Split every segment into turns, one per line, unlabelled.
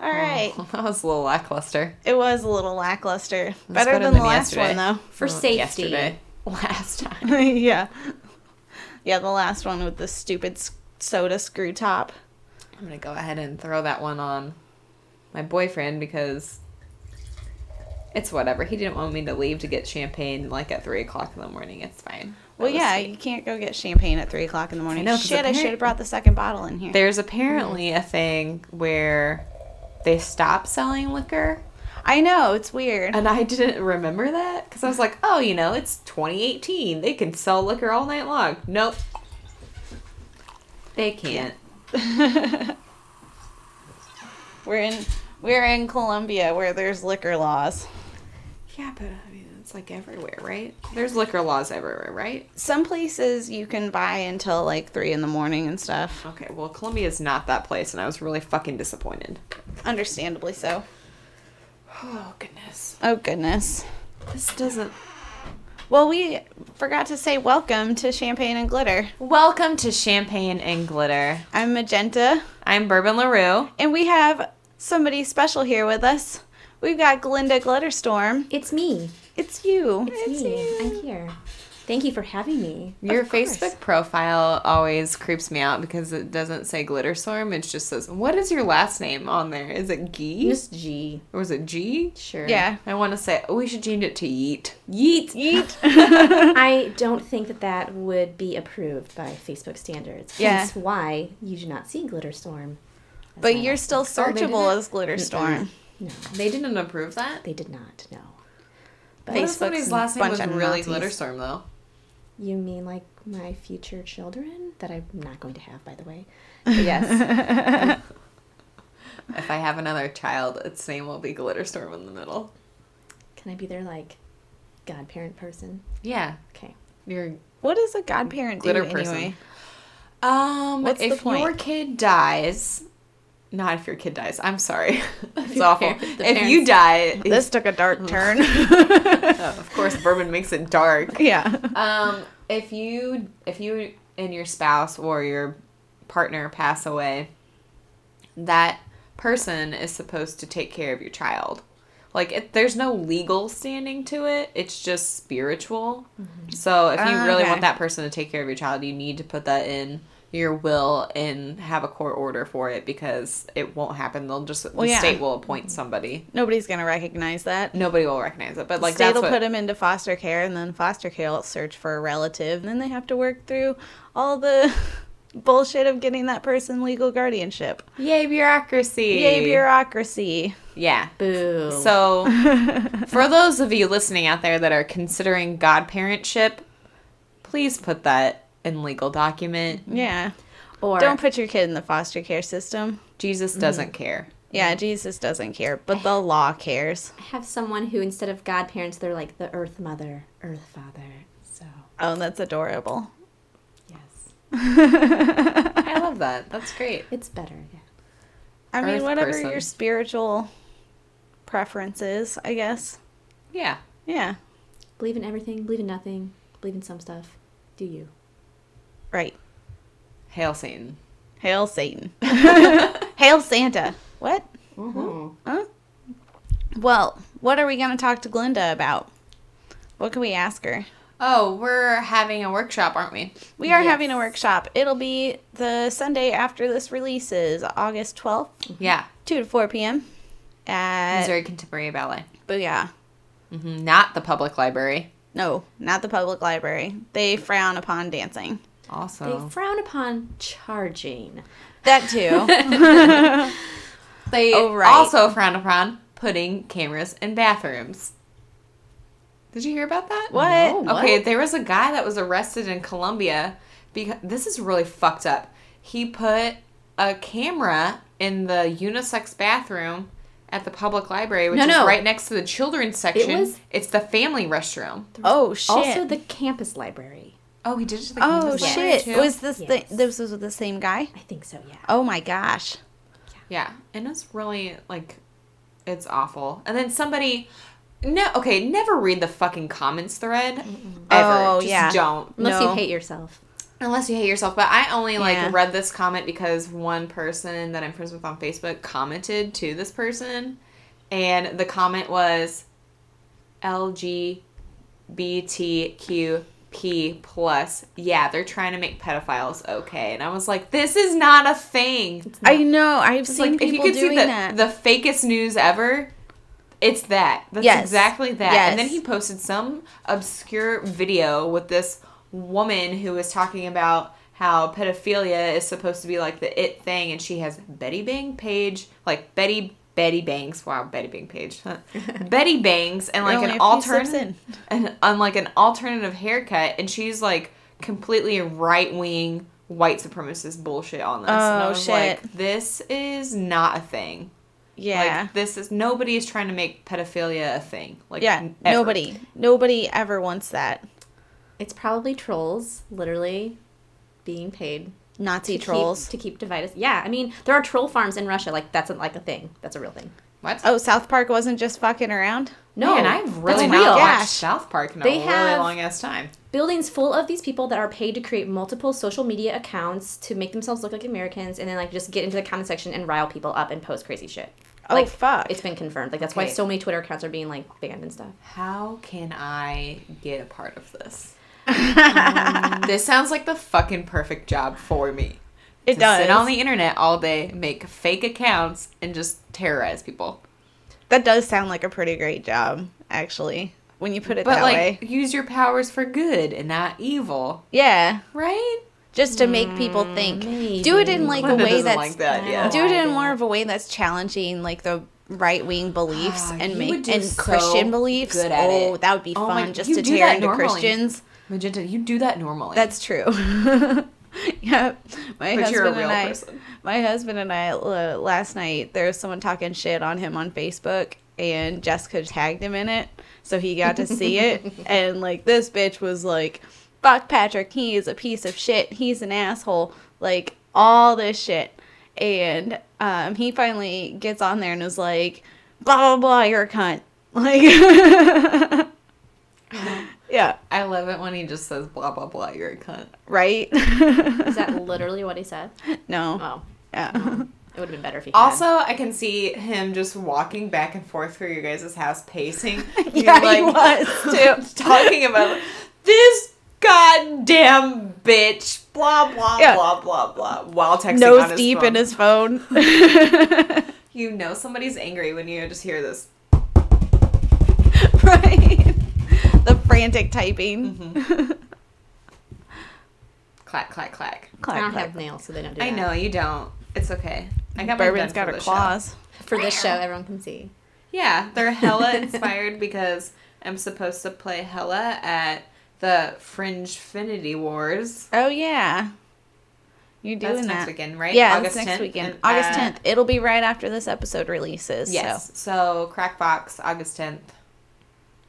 right.
that was a little lackluster.
It was a little lackluster.
That's
Better, than, the last one
For
safety.
Yesterday. Last time.
though. yeah. Yeah, the last one with the stupid s- soda screw top.
I'm gonna go ahead and throw that one on my boyfriend because it's whatever. He didn't want me to leave to get champagne like at three o'clock in the morning. It's fine. That
Well,
was
yeah,
sweet.
you can't go get champagne at three o'clock in the morning.
know, 'cause
Shit, I
apparent-
should have brought the second bottle in here.
There's apparently a thing where they stop selling liquor,
I know it's weird.
and I didn't remember that because I was like, oh, you know, it's 2018. They can sell liquor all night long. Nope. They can't.
We're in we're in Colombia where there's liquor laws.
Yeah, but I mean, it's like everywhere, right? There's liquor laws everywhere, right?
Some places you can buy until like three in the morning and stuff.
Okay, well, Columbia is not that place, and I was really fucking disappointed.
Understandably so.
Oh, goodness.
Oh goodness.
This doesn't.
Well, we forgot to say welcome to Champagne and Glitter.
Welcome to Champagne and Glitter.
I'm Magenta,
I'm Bourbon LaRue.
and we have somebody special here with us. We've got Glinda Glitterstorm.
It's me.
It's you.
It's me. I'm here. Thank you for having me.
Your
Of course.
Facebook profile always creeps me out because it doesn't say Glitterstorm. It just says, what is your last name on there? Is it Gee?
Miss G.
Or is it G?
Sure.
Yeah.
I want to say, oh, we should change it to Yeet.
Yeet.
Yeet.
I don't think that that would be approved by Facebook standards.
Yeah.
That's why you do not see Glitter Storm. as
but
my
you're
last
still
Oh, they
searchable
didn't?
as Glitterstorm.
name. No,
They didn't approve that?
they did not. No. But
What if somebody's
Facebook's
last name
bunch
was
of
really
Nazis.
Glitterstorm, though?
you mean like my future children that I'm not going to have, by the way? But yes.
If I have another child, its name will be Glitterstorm in the middle.
Can I be their like godparent person?
Yeah,
Okay.
you're
What does a godparent do
glitter
anyway?
person. Um,
What's the
if
point?
your kid dies, not if your kid dies. I'm sorry, it's awful.
par- the
if you die,
This took a dark turn.
oh, of course, bourbon makes it dark.
yeah.
Um, if you if you and your spouse or your partner pass away, that person is supposed to take care of your child. Like it, there's no legal standing to it. It's just spiritual. So if you
Ah,
really
okay.
want that person to take care of your child, you need to put that in your will and have a court order for it because it won't happen. They'll just
Well,
the
yeah.
state will appoint somebody.
Nobody's gonna recognize that.
Nobody will recognize it. But like
Like state
that's
will
what,
put him into foster care, and then foster care will search for a relative, and then they have to work through all the bullshit of getting that person legal guardianship.
Yay bureaucracy!
Yay bureaucracy!
Yeah.
Boo.
So, for those of you listening out there that are considering godparentship, please put that in legal document.
Yeah,
or
don't put your kid in the foster care system.
Jesus doesn't care.
Yeah, Jesus doesn't care, but the law cares.
have someone who instead of godparents they're like the earth mother earth father so
Oh, that's adorable.
yes
I love that. That's great.
it's better yeah
I mean,
Earth
whatever
person.
your spiritual preference is, I guess.
Yeah.
Yeah,
believe in everything believe in nothing believe in some stuff do you
right.
Hail Satan.
Hail Satan. Hail Santa. What? Oh. Well, what are we going to talk to Glinda about? What can we ask her?
Oh, we're having a workshop, aren't we?
We are
Yes.
having a workshop. It'll be the Sunday after this releases, August 12th,
Yeah.
2 to 4 p.m. at
Missouri Contemporary Ballet.
Booyah.
hmm Not the public library.
No, not the public library. They frown upon dancing.
Also,
they frown upon charging
That too.
they
Oh, right.
also frown upon putting cameras in bathrooms. Did you hear about that?
what?
No. What?
Okay, there was a guy that was arrested in Colombia because this is really fucked up. He put a camera in the unisex bathroom at the public library, which
No,
is
no.
right next to the children's section.
was-
It's the family restroom.
Oh shit.
also the campus library
Oh, he did it to the
oh
campus library,
shit.
too?
Was this
Yes.
the, this was with the same guy?
i think so yeah
Oh my gosh.
Yeah, and it's really like, it's awful. And then somebody, no, okay, never read the fucking comments thread ever.
Oh,
Just
yeah.
don't.
unless
No.
you hate yourself
Unless you hate yourself, but I only like
Yeah.
read this comment because one person that I'm friends with on Facebook commented to this person, and the comment was LGBTQP plus. Yeah, they're trying to make pedophiles okay, and I was like, this is not a thing.
I know. I've
It's
seen
like if you
people
could
doing
see the,
that.
the fakest news ever, it's that. That's
Yes.
exactly that. And then
Yes.
he posted some obscure video with this woman who was talking about how pedophilia is supposed to be like the it thing, and she has Betty Bang Page, like Betty Betty Bangs. Wow, Betty Bang Page, Betty Bangs, and like
Only
an
a few sips
alternative,
in.
and on like an alternative haircut, and she's like completely right wing white supremacist bullshit on this. and I
Oh,
was
shit.
Like, this is not a thing.
yeah.
Like this is nobody is trying to make pedophilia a thing. Like
yeah.
n- ever.
Nobody. Nobody ever wants that.
It's probably trolls, literally, being paid
Nazi
to
trolls.
keep, to keep divide us. Yeah, I mean, there are troll farms in Russia. Like that's a, like a thing. That's a real thing.
What?
oh, South Park wasn't just fucking around?
No,
Man, I've really
that's
not
real.
watched
Gosh.
South Park in a
They
really
have-
long ass time.
buildings full of these people that are paid to create multiple social media accounts to make themselves look like Americans, and then like just get into the comment section and rile people up and post crazy shit.
Oh,
like,
fuck.
It's been confirmed. Like that's why
Okay.
so many Twitter accounts are being like banned and stuff.
How can I get a part of this? Mm, this sounds like the fucking perfect job for me.
It
To
does.
Sit on the internet all day, make fake accounts, and just terrorize people.
that does sound like a pretty great job, actually, when you put it
But
that
like,
way.
use your powers for good and not evil,
Yeah.
right?
Just to make people
Mm,
think. Do it in like
Linda
a way
doesn't
that's
like that. Yeah.
do it in more of a way that's challenging like the right wing beliefs
Ah,
and
you
make
would do
and
so
Christian beliefs.
good at
oh,
it.
that would be
Oh my-
fun just
you
to
do
tear
that
into
normally.
Christians.
Magenta, you do that normally.
That's true. yeah, my
But
husband
you're a real
and I.
person.
My husband and I uh, last night there was someone talking shit on him on Facebook, and Jessica tagged him in it, so he got to see it. And like this bitch was like, "Fuck Patrick, he is a piece of shit. He's an asshole." Like all this shit, and um, he finally gets on there and is like, "Blah blah blah, you're a cunt." Like,
Uh-huh.
yeah,
I love it when he just says blah blah blah. You're a cunt.
right?
Is that literally what he said?
no.
Uh,
Oh,
Yeah.
it would have been better if he.
Also, I can see him just walking back and forth through your guys' house, pacing. You're
yeah, he was too.
talking about this goddamn bitch. Blah blah
Yeah.
blah blah blah. While texting on
Nose
his
deep
phone.
in his phone.
You know somebody's angry when you just hear this.
right. The frantic typing.
Clack clack clack.
had.
Clack,
I don't
clack.
have nails, so they don't do that.
I know you don't. It's okay. I got my
Bourbon's got
gun for
her
the show.
claws.
For this show, everyone can see.
Yeah, they're hella inspired because I'm supposed to play hella at the Fringe Finity Wars.
Oh yeah. You're doing
That's
that.
next weekend, right?
Yeah,
August
August next
10th,
weekend.
and,
August
uh,
10th. It'll be right after this episode releases.
Yes.
So
So, Crackbox, August 10th.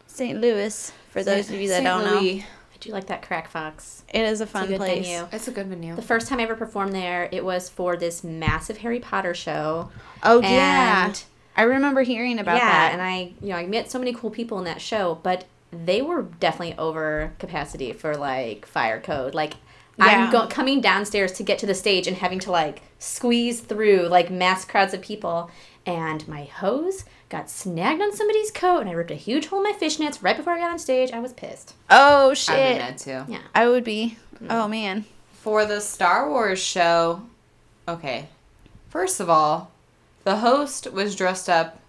St. Louis, for those of you that
St.
don't
Louis.
I do like that crack fox.
know, it is a
It's a
fun
good
place.
venue.
It's a good venue.
The first time I ever performed there, it was for this massive Harry Potter show.
Oh yeah.
And-
I remember hearing about
yeah,
that.
and I, you know, I met so many cool people in that show, but they were definitely over capacity for like fire code. Like
Yeah.
I'm go- coming downstairs to get to the stage and having to like squeeze through like mass crowds of people, and my hose got snagged on somebody's coat, and I ripped a huge hole in my fishnets right before I got on stage. I was pissed.
oh
I've been
shit.
mad too.
Yeah.
I would be. Oh man.
For the Star Wars show, okay. First of all, the host was dressed up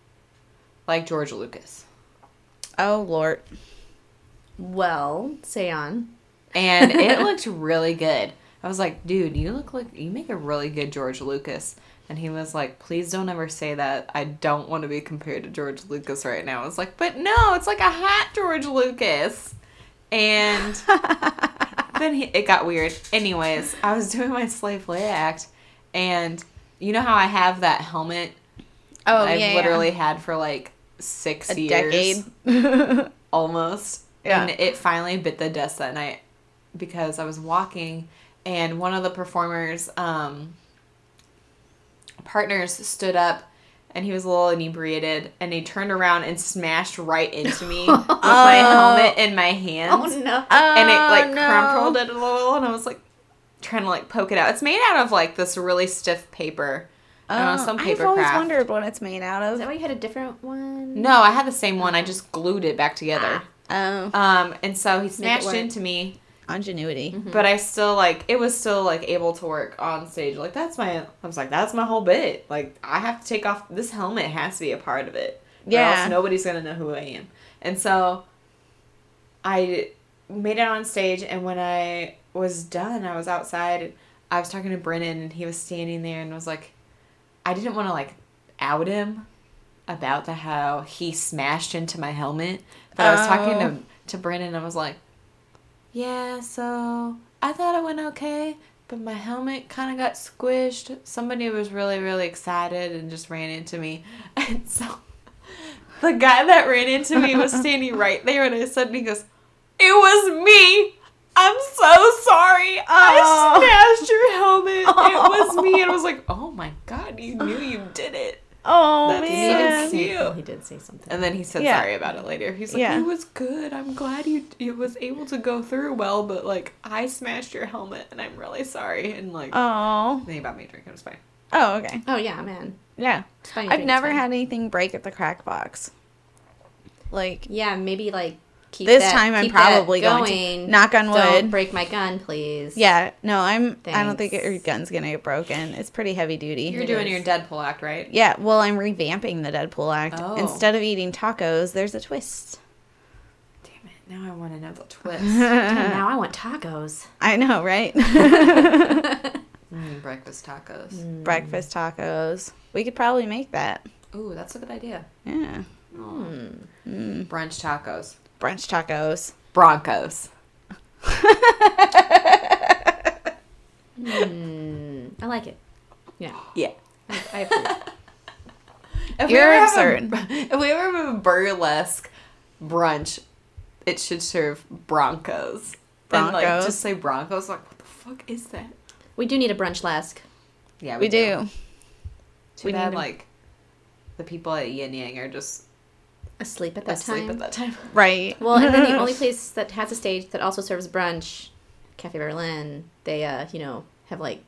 like George Lucas.
Oh lord.
Well, say on.
And it looked really good. I was like, dude, you look like you make a really good George Lucas. And he was like, please don't ever say that. I don't want to be compared to George Lucas right now. I was like, but no, it's like a hot George Lucas. And then he, it got weird. Anyways, I was doing my Slave Leia act, and you know how I have that helmet
Oh
I've
yeah.
literally had for like six
a
years,
decade.
almost.
Yeah.
And it finally bit the dust that night because I was walking, and one of the performers, um, partners stood up and he was a little inebriated and he turned around and smashed right into me with my helmet in my hands
no.
and it like
Oh, no.
crumpled it a little and I was like trying to like poke it out. It's made out of like this really stiff paper. I don't know, some paper
Oh, I've always
craft.
wondered what it's made out
Is that
of.
why you had a different one?
No, I had the same one. I just glued it back together.
Um,
Um, and so he snatched
work.
into me,
ingenuity.
but I still like it was still like able to work on stage. Like that's my, I was like that's my whole bit. Like I have to take off this helmet has to be a part of it. or
Yeah.
else nobody's gonna know who I am. And so I made it on stage, and when I was done, I was outside. I was talking to Brennan, and he was standing there, and was like, I didn't want to like out him about the how he smashed into my helmet, but I was talking to to Brennan, and I was like, yeah, so I thought it went okay, but my helmet kind of got squished. Somebody was really, really excited and just ran into me. And so the guy that ran into me was standing right there, and I suddenly goes, It was me! I'm so sorry!
Oh.
I smashed your helmet! It was me! And I was like, Oh my god, you knew you did it.
Oh
That's
He did
man.
even
say,
Yeah.
well, he did say something.
And then he said
Yeah.
sorry about it later. He's like,
Yeah.
"It was good. I'm glad you it was able to go through well, but like I smashed your helmet, and I'm really sorry." And like,
Oh.
then he bought me a drink. It was fine.
Oh, okay.
Oh yeah, man.
Yeah.
It's funny
I've
things,
never
man.
had anything break at the crack box. Like
Yeah, maybe like keep
this
that-
time, I'm
keep that
probably going,
Mm.
to knock on
Don't
wood.
break my gun, please.
Yeah, no, I'm. I don't think
Thanks.
your gun's gonna get broken. It's pretty heavy duty.
You're
It
doing
is.
your Deadpool act, right?
Yeah, well, I'm revamping the Deadpool act.
Oh.
Instead of eating tacos, there's a twist.
Damn it! Now I want to know the twist.
Uh-huh.
Damn, now I want tacos.
I know, right?
Mm, breakfast tacos.
Breakfast tacos. We could probably make that.
Ooh, that's a good idea.
Yeah, Hmm. Mm.
Brunch tacos.
brunch tacos.
Broncos.
Mm, I like it. Yeah,
Yeah.
I, I approve.
If
You're
ever
absurd.
Have a, if we ever have a burlesque brunch, it should serve Broncos. And like
Broncos.
just say Broncos. Like what the fuck is that?
we do need a brunch lask.
Yeah,
We do.
Too
We
bad
need 'em.
like the people at Yin Yang are just
Asleep at that
asleep
time.
at that time.
Right.
Well, and then the only place that has a stage that also serves brunch, Cafe Berlin, they uh, you know, have like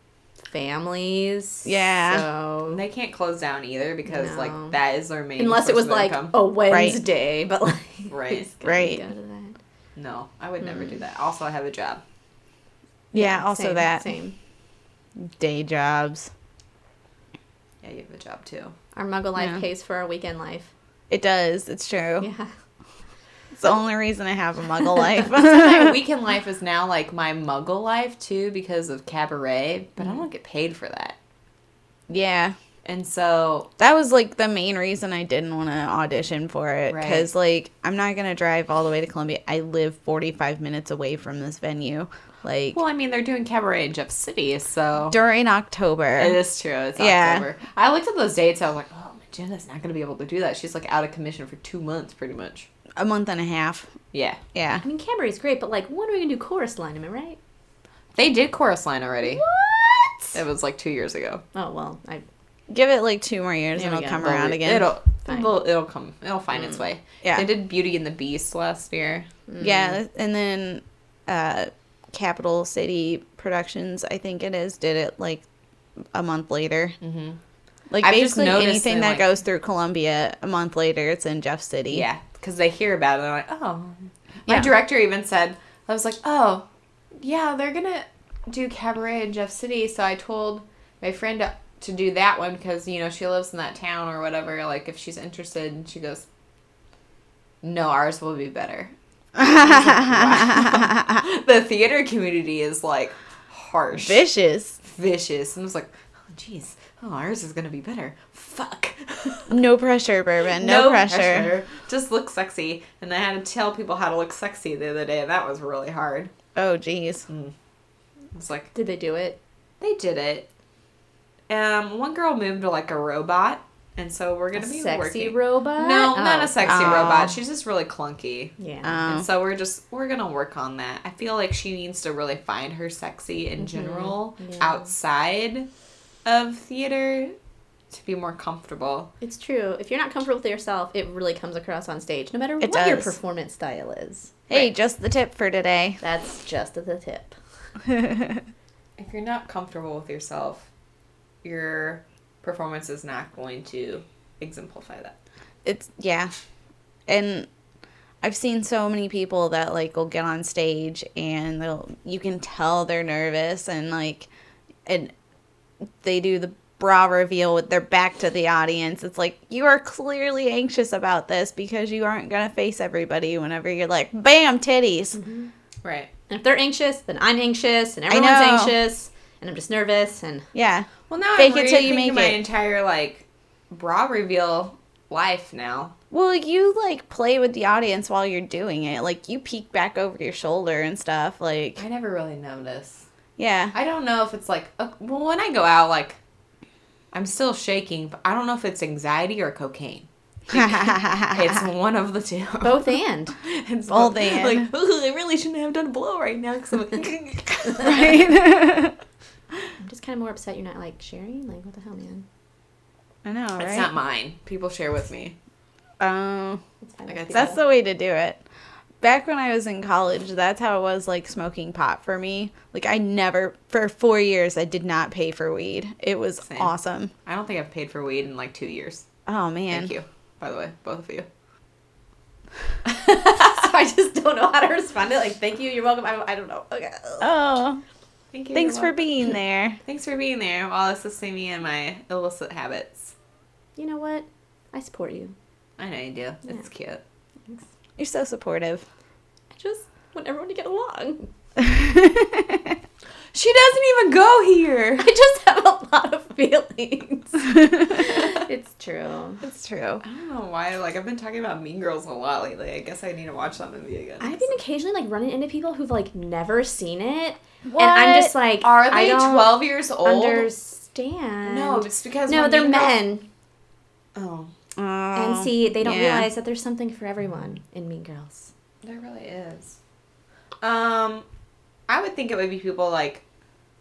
families.
Yeah.
So
They can't close down either because
No.
like that is their main
unless it was
source of
like oh.
income.
a Wednesday, but like
Right.
who's gonna
Right.
go to that?
no, I would never do that. Also, I have a job.
yeah. Also
Same,
that
same.
day jobs.
Yeah, you have a job too.
Our muggle life
Yeah.
pays for our weekend life.
It does. It's true.
Yeah.
It's the only reason I have a muggle life.
my weekend life is now like my muggle life too because of cabaret, but I don't get paid for that.
yeah.
And so,
That was like the main reason I didn't want to audition for it
Right.
because like I'm not gonna drive all the way to Columbia. I live 45 minutes away from this venue. Like
well, I mean, they're doing cabaret in Jeff City, so
during October,
it is true. It's
Yeah.
October. I looked at those dates. I was like, oh, Jenna's not going to be able to do that. She's like out of commission for two months, pretty much.
a month and a half.
Yeah,
Yeah,
I mean, Cabaret's great, but like, when are we gonna do chorus line? Am I right?
they did chorus line already.
What?
It was like two years ago.
Oh well, I
give it like two more years
There
and
we
it'll
go.
come
They'll
around
re-
again. Mm.
It'll
Fine.
it'll, it'll come. It'll find its way.
Yeah.
they did Beauty and the Beast last year. Mm.
Yeah, and then uh, Capital City Productions, I think it is, did it like a month later. Mm-hmm. Like
I've just
basically
noticed
anything
they,
that
like-
goes through Columbia a month later, it's in Jeff City.
Yeah, because they hear about it. And I'm like, oh. My
Yeah.
director even said, I was like, oh, yeah, they're gonna do cabaret in Jeff City. So I told my friend to, to do that one because you know she lives in that town or whatever. Like if she's interested, and she goes, no, ours will be better. I was like, "Wow." the theater community is like harsh,
vicious.
vicious, and I was like, oh, jeez, oh, ours is gonna be better. Fuck.
No pressure, Bourbon. No, pressure.
Just look sexy. And I had to tell people how to look sexy the other day, and that was really hard.
Oh, geez.
Mm. It's like
did they do it?
they did it. Um, one girl moved to like a robot, and so we're
A
gonna be
sexy
working.
robot?
no, not
Oh.
a sexy
Oh.
robot. She's just really clunky.
Yeah.
Oh.
And so we're just we're gonna work on that. I feel like she needs to really find her sexy in general
Yeah.
outside of theater to be more comfortable.
It's true. If you're not comfortable with yourself, it really comes across on stage, no matter
It
what your
does.
performance style is.
Hey, just the tip for today.
That's just the tip.
if you're not comfortable with yourself, your performance is not going to exemplify that.
it's yeah and i've seen so many people that like will get on stage and they'll you can tell they're nervous and like and they do the bra reveal with their back to the audience it's like you are clearly anxious about this because you aren't going to face everybody whenever you're like bam titties
Mm-hmm. Right.
And if they're anxious, then I'm anxious, and everyone's
know.
anxious, and I'm just nervous, and
yeah
Well, now
Fake
I'm
it till you
rethinking
make
my
it.
entire like bra reveal life now.
well you like play with the audience while you're doing it like you peek back over your shoulder and stuff like
I never really noticed.
yeah
I don't know if it's like uh, well, when I go out, like I'm still shaking, but I don't know if it's anxiety or cocaine. It's one of the two.
both and.
It's
Both
like,
and.
like "Ugh, I really shouldn't have done a blow right now because I'm like,
right
I'm just kind of more upset you're not like sharing. Like, what the hell, man?
I know, right?
It's not mine. People share with me.
Um,
It's fine
Like,
with
it's-
that's
people.
the way to do it. Back when I was in college, that's how it was like smoking pot for me. Like I never for 4 years I did not pay for weed. It was
Same.
awesome.
I don't think I've paid for weed in like two years.
Oh man.
Thank you, by the way, both of you.
so I just don't know how to respond to it. Like, thank you, you're welcome. I don't, I don't know. Okay.
Oh,
Thank you.
thanks
You're
for
welcome.
being there.
Thanks for being there while assisting me in my illicit habits.
You know what? I support you.
I know you do. It's cute.
You're so supportive.
I just want everyone to get along.
She doesn't even go here.
I just have a lot of feelings. it's true.
It's true.
I don't know why. Like I've been talking about Mean Girls a lot lately. I guess I need to watch that movie again.
I've been occasionally like running into people who've like never seen it,
What?
and I'm just like,
Are
I
they
don't
twelve years old?
Understand?
No, it's because
no,
when
they're
Mean Girls-
men.
Oh,
Oh,
And see, they don't
yeah.
realize that there's something for everyone in Mean Girls.
there really is. Um, I would think it would be people like,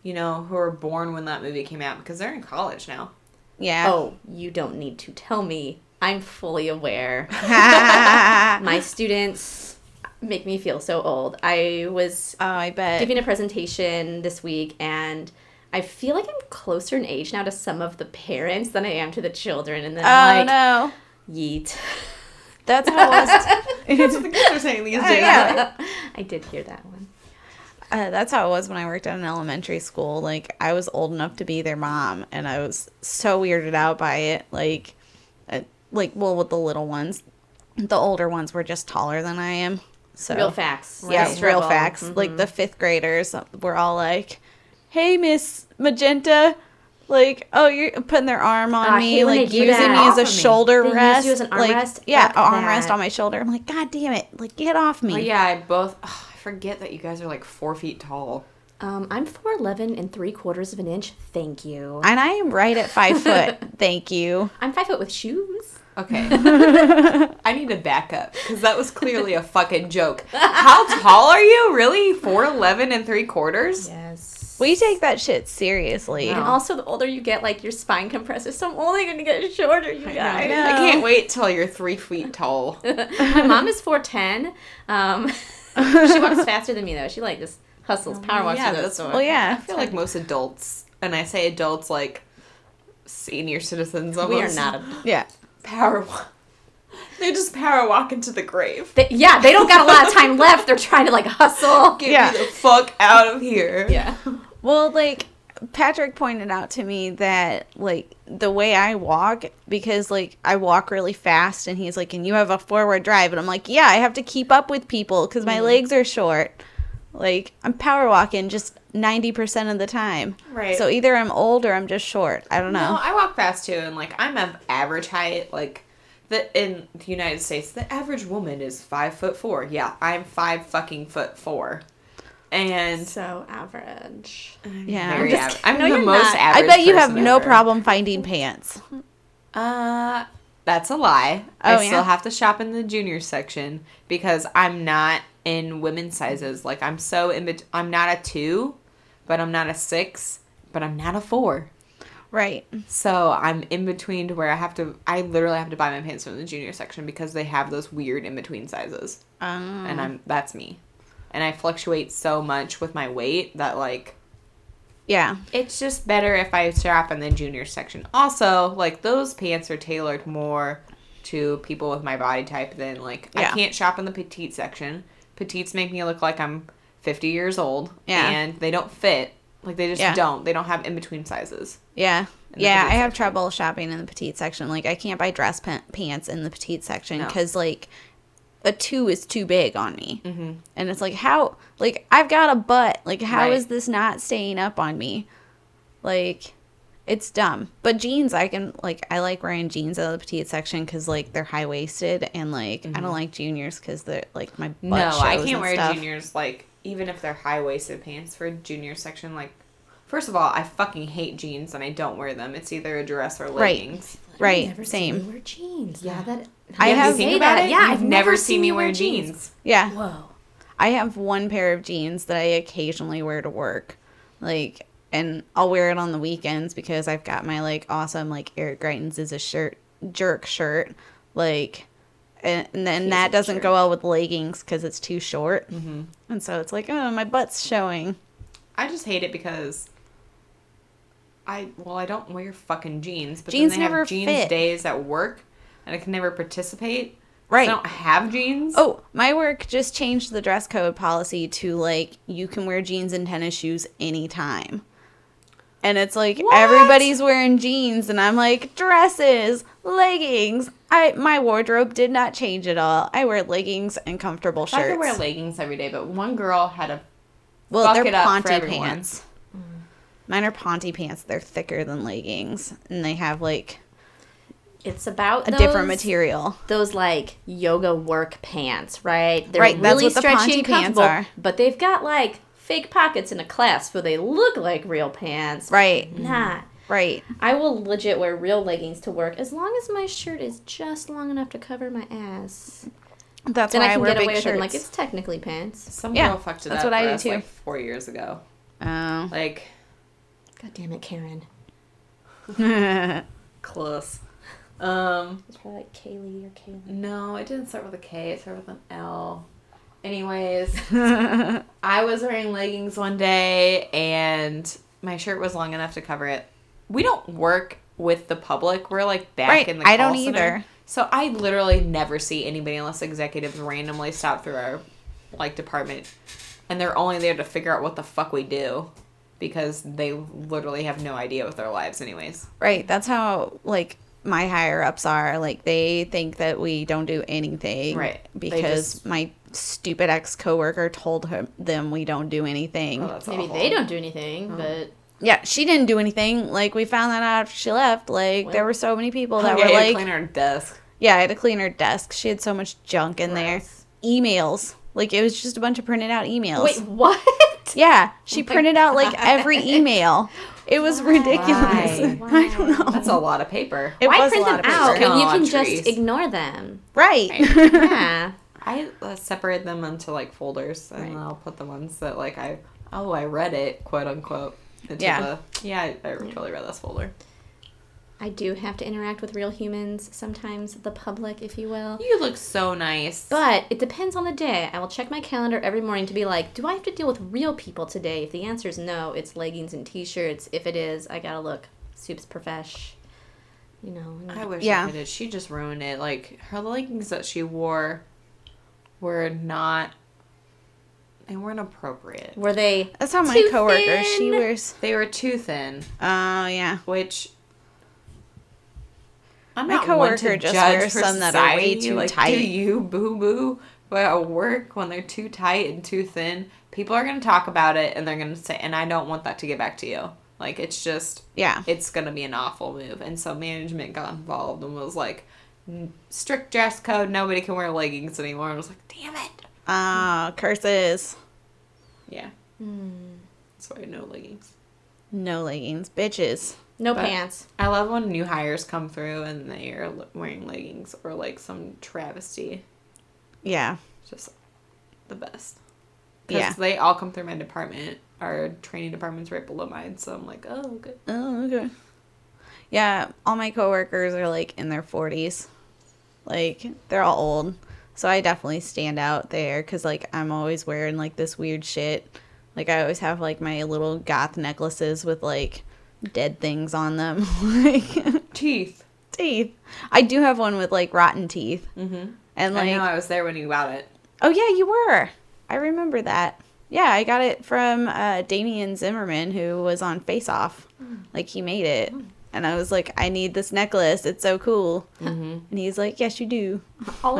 you know, who were born when that movie came out because they're in college now.
Yeah.
Oh, you don't need to tell me. I'm fully aware.
oh,
My students make me feel so old. I was
Oh,
uh,
I bet.
giving a presentation this week and I feel like I'm closer in age now to some of the parents than I am to the children and then
oh
I'm like
no.
yeet.
That's how it was.
That's what the kids are saying
Uh,
these
Oh,
days.
yeah.
I did hear that one.
Uh, that's how it was when I worked at an elementary school. Like I was old enough to be their mom, and I was so weirded out by it. Like, uh, like well, with the little ones, the older ones were just taller than I am. So
Real facts.
yeah,
Just
real
struggle. Mm-hmm.
facts. Like the fifth graders were all like, "Hey, Miss Magenta." Like oh you're putting their arm on
Oh, I
me
hate when they
like
do
using
that.
me as
Off
a
of me.
shoulder
They use you
rest
as an arm
like
rest?
yeah
Fuck
arm rest
that.
on my shoulder I'm like god damn it like get off me
Oh yeah, I both. ugh, I forget that you guys are like four feet tall.
Um, I'm four eleven and three quarters of an inch. Thank you.
And I am right at five foot. Thank you.
I'm five foot with shoes.
Okay. I need to back up because that was clearly a fucking joke. How tall are you? Really? Four eleven and three quarters?
Yes.
We take that shit seriously.
And also, the older you get, like your spine compresses, so I'm only going to get shorter, you
I,
guys.
know.
I can't wait till you're three feet tall.
My mom is four ten. Um, she walks faster than me though. She like just hustles, power walks
yeah,
through the
that's-
store.
Well,
I
yeah.
feel like most adults, and I say adults like senior citizens
we
almost.
are not. A-
Yeah.
power walk. They just power walk into the grave.
they, yeah, they don't got a lot of time left. They're trying to like hustle.
Get
Yeah.
me the fuck out of here.
Yeah.
Well, like, Patrick pointed out to me that, like, the way I walk, because, like, I walk really fast, and he's like, and you have a forward drive. And I'm like, yeah, I have to keep up with people because
Mm.
my legs are short. Like, I'm power walking just 90% of the time.
Right.
So either I'm old or I'm just short. I don't know.
No, I walk fast too, and like I'm of average height. Like the in the United States, the average woman is five foot four. Yeah, I'm five fucking foot four, and
So average.
yeah.
very
just
average.
kidding.
I'm
No,
the
you're
most
not. I
I
average.
bet you have
person
no
ever.
problem finding pants.
Uh, that's a lie. I
Oh,
still
yeah?
have to shop in the junior section because I'm not in women's sizes. Like I'm so in. Bet- I'm not a two, but I'm not a six, but I'm not a four.
Right.
So I'm in between to where I have to. I literally have to buy my pants from the junior section because they have those weird in between sizes, Mm-hmm.
Um,
and I'm that's me, and I fluctuate so much with my weight that like
Yeah.
It's just better if I shop in the junior section. Also, like those pants are tailored more to people with my body type than like
Yeah.
I can't shop in the petite section. Petites make me look like I'm 50 years old
Yeah.
and they don't fit. Like they just
Yeah.
don't. They don't have in between sizes.
Yeah.
In the
Yeah, I
petite
have trouble shopping in the petite section. Like, I can't buy dress pa- pants in the petite section
No.
because, like, a two is too big on me. Mm-hmm. And it's like, how, like, I've got a butt. Like, how is
Right.
this not staying up on me? Like, it's dumb. But jeans, I can, like, I like wearing jeans out of the petite section because, like, they're high waisted. And, like, I don't like juniors because they're, like, my butt
Mm-hmm. no, I
shows
can't
and
wear
stuff.
juniors like even if they're high waisted pants for junior section like First of all, I fucking hate jeans and I don't wear them. it's either a dress or
Right.
leggings.
Right,
I've never
same.
Seen you wear jeans. Yeah, that.
I
now that you
have-
say
Think about
that,
it.
Yeah,
You've
I've never seen
me
you
wear jeans.
Yeah.
Whoa.
I have one pair of jeans that I occasionally wear to work. Like and I'll wear it on the weekends because I've got my like awesome like Eric Greitens is a shirt jerk shirt. Like and, and then that
a
doesn't
jerk.
go well with leggings because it's too short. Mm-hmm. And so it's like, oh, my butt's showing.
I just hate it because I well, I don't wear fucking jeans, but
Jeans
then they
never
have jeans
fit.
days at work, and I can never participate. 'cause
Right.
I don't have jeans.
Oh, my work just changed the dress code policy to like you can wear jeans and tennis shoes anytime. And it's like everybody's wearing jeans and I'm like dresses, leggings. I my wardrobe did not change at all. I wear leggings and comfortable
I could
shirts.
wear leggings every day, but one girl had a
well,
fuck
they're
it up for
Ponte
everyone.
pants.
Mm.
Mine are Ponte pants. They're thicker than leggings and they have like
It's about
a different
those-
material.
those like yoga work pants, right? They're
Right, that's
really
what the
stretchy
Ponte
and
pants
comfortable,
are.
but they've got like fake pockets in a clasp where they look like real pants.
Right.
Nah.
Right.
I will legit wear real leggings to work as long as my shirt is just long enough to cover my ass.
That's
Then
why
I
I,
can
wear
get
big
away with
shirts.
it. Like it's technically pants.
some
Yeah,
girl fucked it
that's
up
what I
for
do
us,
too.
like four years ago.
Oh.
Like
God damn it, Karen.
close. Um,
It's probably like Kaylee or Kaylee.
no, it didn't start with a K. It started with an L. Anyways, I was wearing leggings one day and my shirt was long enough to cover it. We don't work with the public. We're like back
Right,
in the
I
call
don't
center.
either.
So I literally never see anybody unless executives randomly stop through our like department and they're only there to figure out what the fuck we do because they literally have no idea with their lives anyways.
Right. That's how like my higher ups are. Like they think that we don't do anything.
Right. They
Because
just-
my stupid ex coworker told her, them we don't do anything.
Oh, that's
Maybe
awful.
they don't do anything, but
yeah, she didn't do anything. Like we found that out after she left. Like there
Well.
were so many people
Yeah,
that
you
were like,
clean our desk.
yeah, I had to clean her desk. She had so much junk in
Gross.
there. Emails. Like it was just a bunch of printed out emails.
wait, what?
Yeah, she printed out like every email. It was ridiculous.
Why?
I don't know.
That's a lot of paper.
It
Why
was a
print
lot
them
of
out
paper.
Count
when you
on
can
trees.
just ignore them?
Right.
Yeah.
I uh, separate them into like folders, and
Right.
I'll put the ones that like I oh I read it quote unquote. Into
Yeah.
The, yeah, I, I totally read this folder.
I do have to interact with real humans, sometimes the public, if you will.
You look so nice.
But it depends on the day. I will check my calendar every morning to be like, do I have to deal with real people today? If the answer is no, it's leggings and t shirts. If it is, I gotta look soups profesh. You know, and-
I wish
Yeah.
I could. She just ruined it. Like her leggings that she wore were not. They weren't appropriate.
were they
That's how my
Too
coworker. She
thin.
wears.
They were too thin,
Oh yeah.
which. I'm
My
not one
coworker
to
just
judge
wears
for
some that are way
society,
too
like,
tight.
Do you boo boo? But at work, when they're too tight and too thin, people are going to talk about it and they're going to say, and I don't want that to get back to you. Like, it's just,
Yeah.
it's going to be an awful move. And so management got involved and was like, "N- strict dress code, nobody can wear leggings anymore. And I was like, damn it.
Ah, curses.
Yeah. That's why no leggings.
No leggings, bitches.
no
But-
pants?
I love when new hires come through and they are l- wearing leggings or like some travesty.
Yeah.
just the best. Because
Yeah.
they all come through my department. Our training department's right below mine, so I'm like, oh, good.
Oh, okay. Yeah, all my coworkers are like in their 40s. Like they're all old. So I definitely stand out there cuz like I'm always wearing like this weird shit Like I always have like my little goth necklaces with like dead things on them, like
Teeth.
teeth. I do have one with like rotten teeth,
Mm-hmm.
and
I
like
know I was there when you got it.
oh yeah, you were. I remember that. Yeah, I got it from uh, Damian Zimmerman, who was on Face Off.
Hmm.
Like he made it, and I was like, I need this necklace. It's so cool.
Mm-hmm.
And he's like, Yes, you do.
All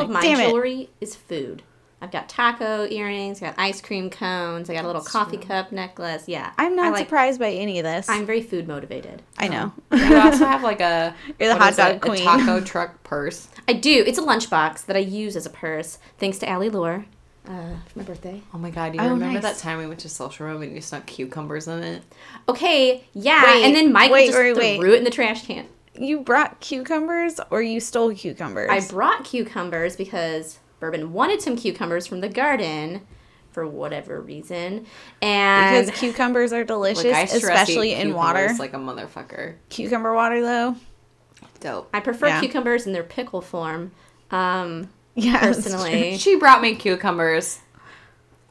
of my
Damn it.
jewelry is food. I've got taco earrings, I got ice cream cones, I got a little coffee cup necklace. Yeah.
I'm
I
not
like-
surprised by any of this.
I'm very food motivated.
I know.
You also have like a
You're the
what
hot
is
dog
it?
queen.
a taco truck purse.
I do. It's a lunchbox that I use as a purse, thanks to Allie Lore uh, for my birthday.
Oh my god, you
Oh,
remember
nice.
that time we went to Social Room and you snuck cucumbers in it?
Okay, yeah.
Wait,
and then Michael
wait,
just
wait,
threw
wait.
it in the trash can.
You brought cucumbers or you stole cucumbers?
I brought cucumbers because Bourbon wanted some cucumbers from the garden for whatever reason. And
because cucumbers are delicious,
Like, I stress eat
especially in water.
cucumbers Like a motherfucker.
Cucumber water, though.
Dope.
I prefer
Yeah.
cucumbers in their pickle form. Um,
Yeah, that's
personally.
She brought me cucumbers.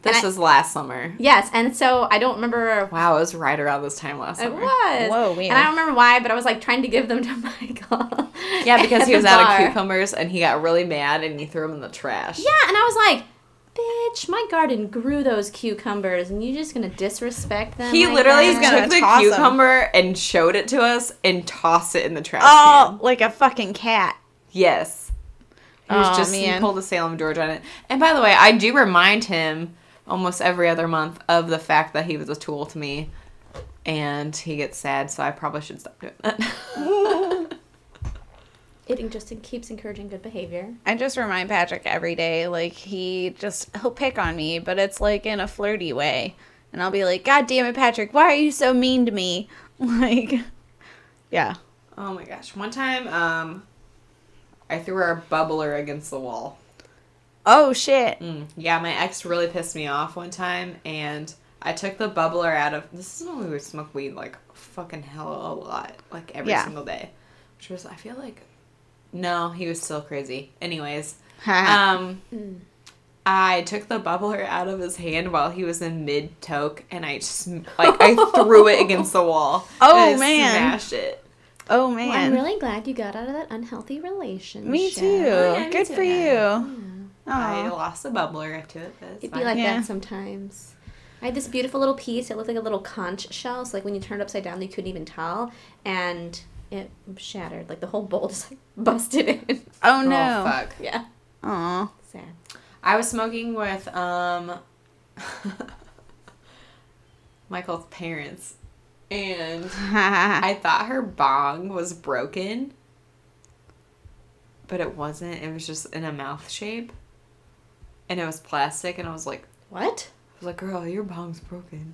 This
And I-
was last summer.
Yes, and so I don't remember.
Wow, it was right around this time last
It
summer.
was.
Whoa,
And I
weird.
don't remember why, but I was like trying to give them to Michael.
Yeah, because
at
he
the
was out of
bar.
cucumbers and he got really mad and he threw them in the trash.
Yeah, and I was like, bitch, my garden grew those cucumbers, and you're just gonna disrespect them.
He
like
literally
that?
is gonna
took the
toss 'em.
cucumber and showed it to us and tossed it in the trash.
Oh,
can.
like a fucking cat.
yes. He was
Aw,
just he
man.
pulled a Salem George on it. And by the way, I do remind him almost every other month of the fact that he was a tool to me, and he gets sad. So I probably should stop doing that.
It just keeps encouraging good behavior.
I just remind Patrick every day, like he just he'll pick on me, but it's like in a flirty way, and I'll be like, "God damn it, Patrick, why are you so mean to me?" Like, yeah.
oh my gosh! One time, um, I threw our bubbler against the wall.
Oh shit.
Mm, yeah, my ex really pissed me off one time, and I took the bubbler out of. This is when we would smoke weed like fucking hell a lot, like every
Yeah.
single day, which was I feel like. No, he was still crazy. Anyways,
Ha.
um,
Mm.
I took the bubbler out of his hand while he was in mid toke, and I just like I threw it against the wall.
Oh,
and I
man.
smashed it.
oh
Well, I'm
man.
really glad you got out of that unhealthy relationship.
me too.
Oh, yeah, me
Good
too.
for you.
I
Oh.
lost the bubbler to it. But it's
It'd be
fine.
like
Yeah.
that sometimes. I had this beautiful little piece. It looked like a little conch shell. So like when you turned it upside down, you couldn't even tell, and it shattered. Like the whole bowl just like busted in.
Oh
oh
no.
fuck.
yeah,
Aw.
sad.
I was smoking with um Michael's parents and I thought her bong was broken. But it wasn't. It was just in a mouth shape. And it was plastic and I was like
What?
I was like, girl, your bong's broken.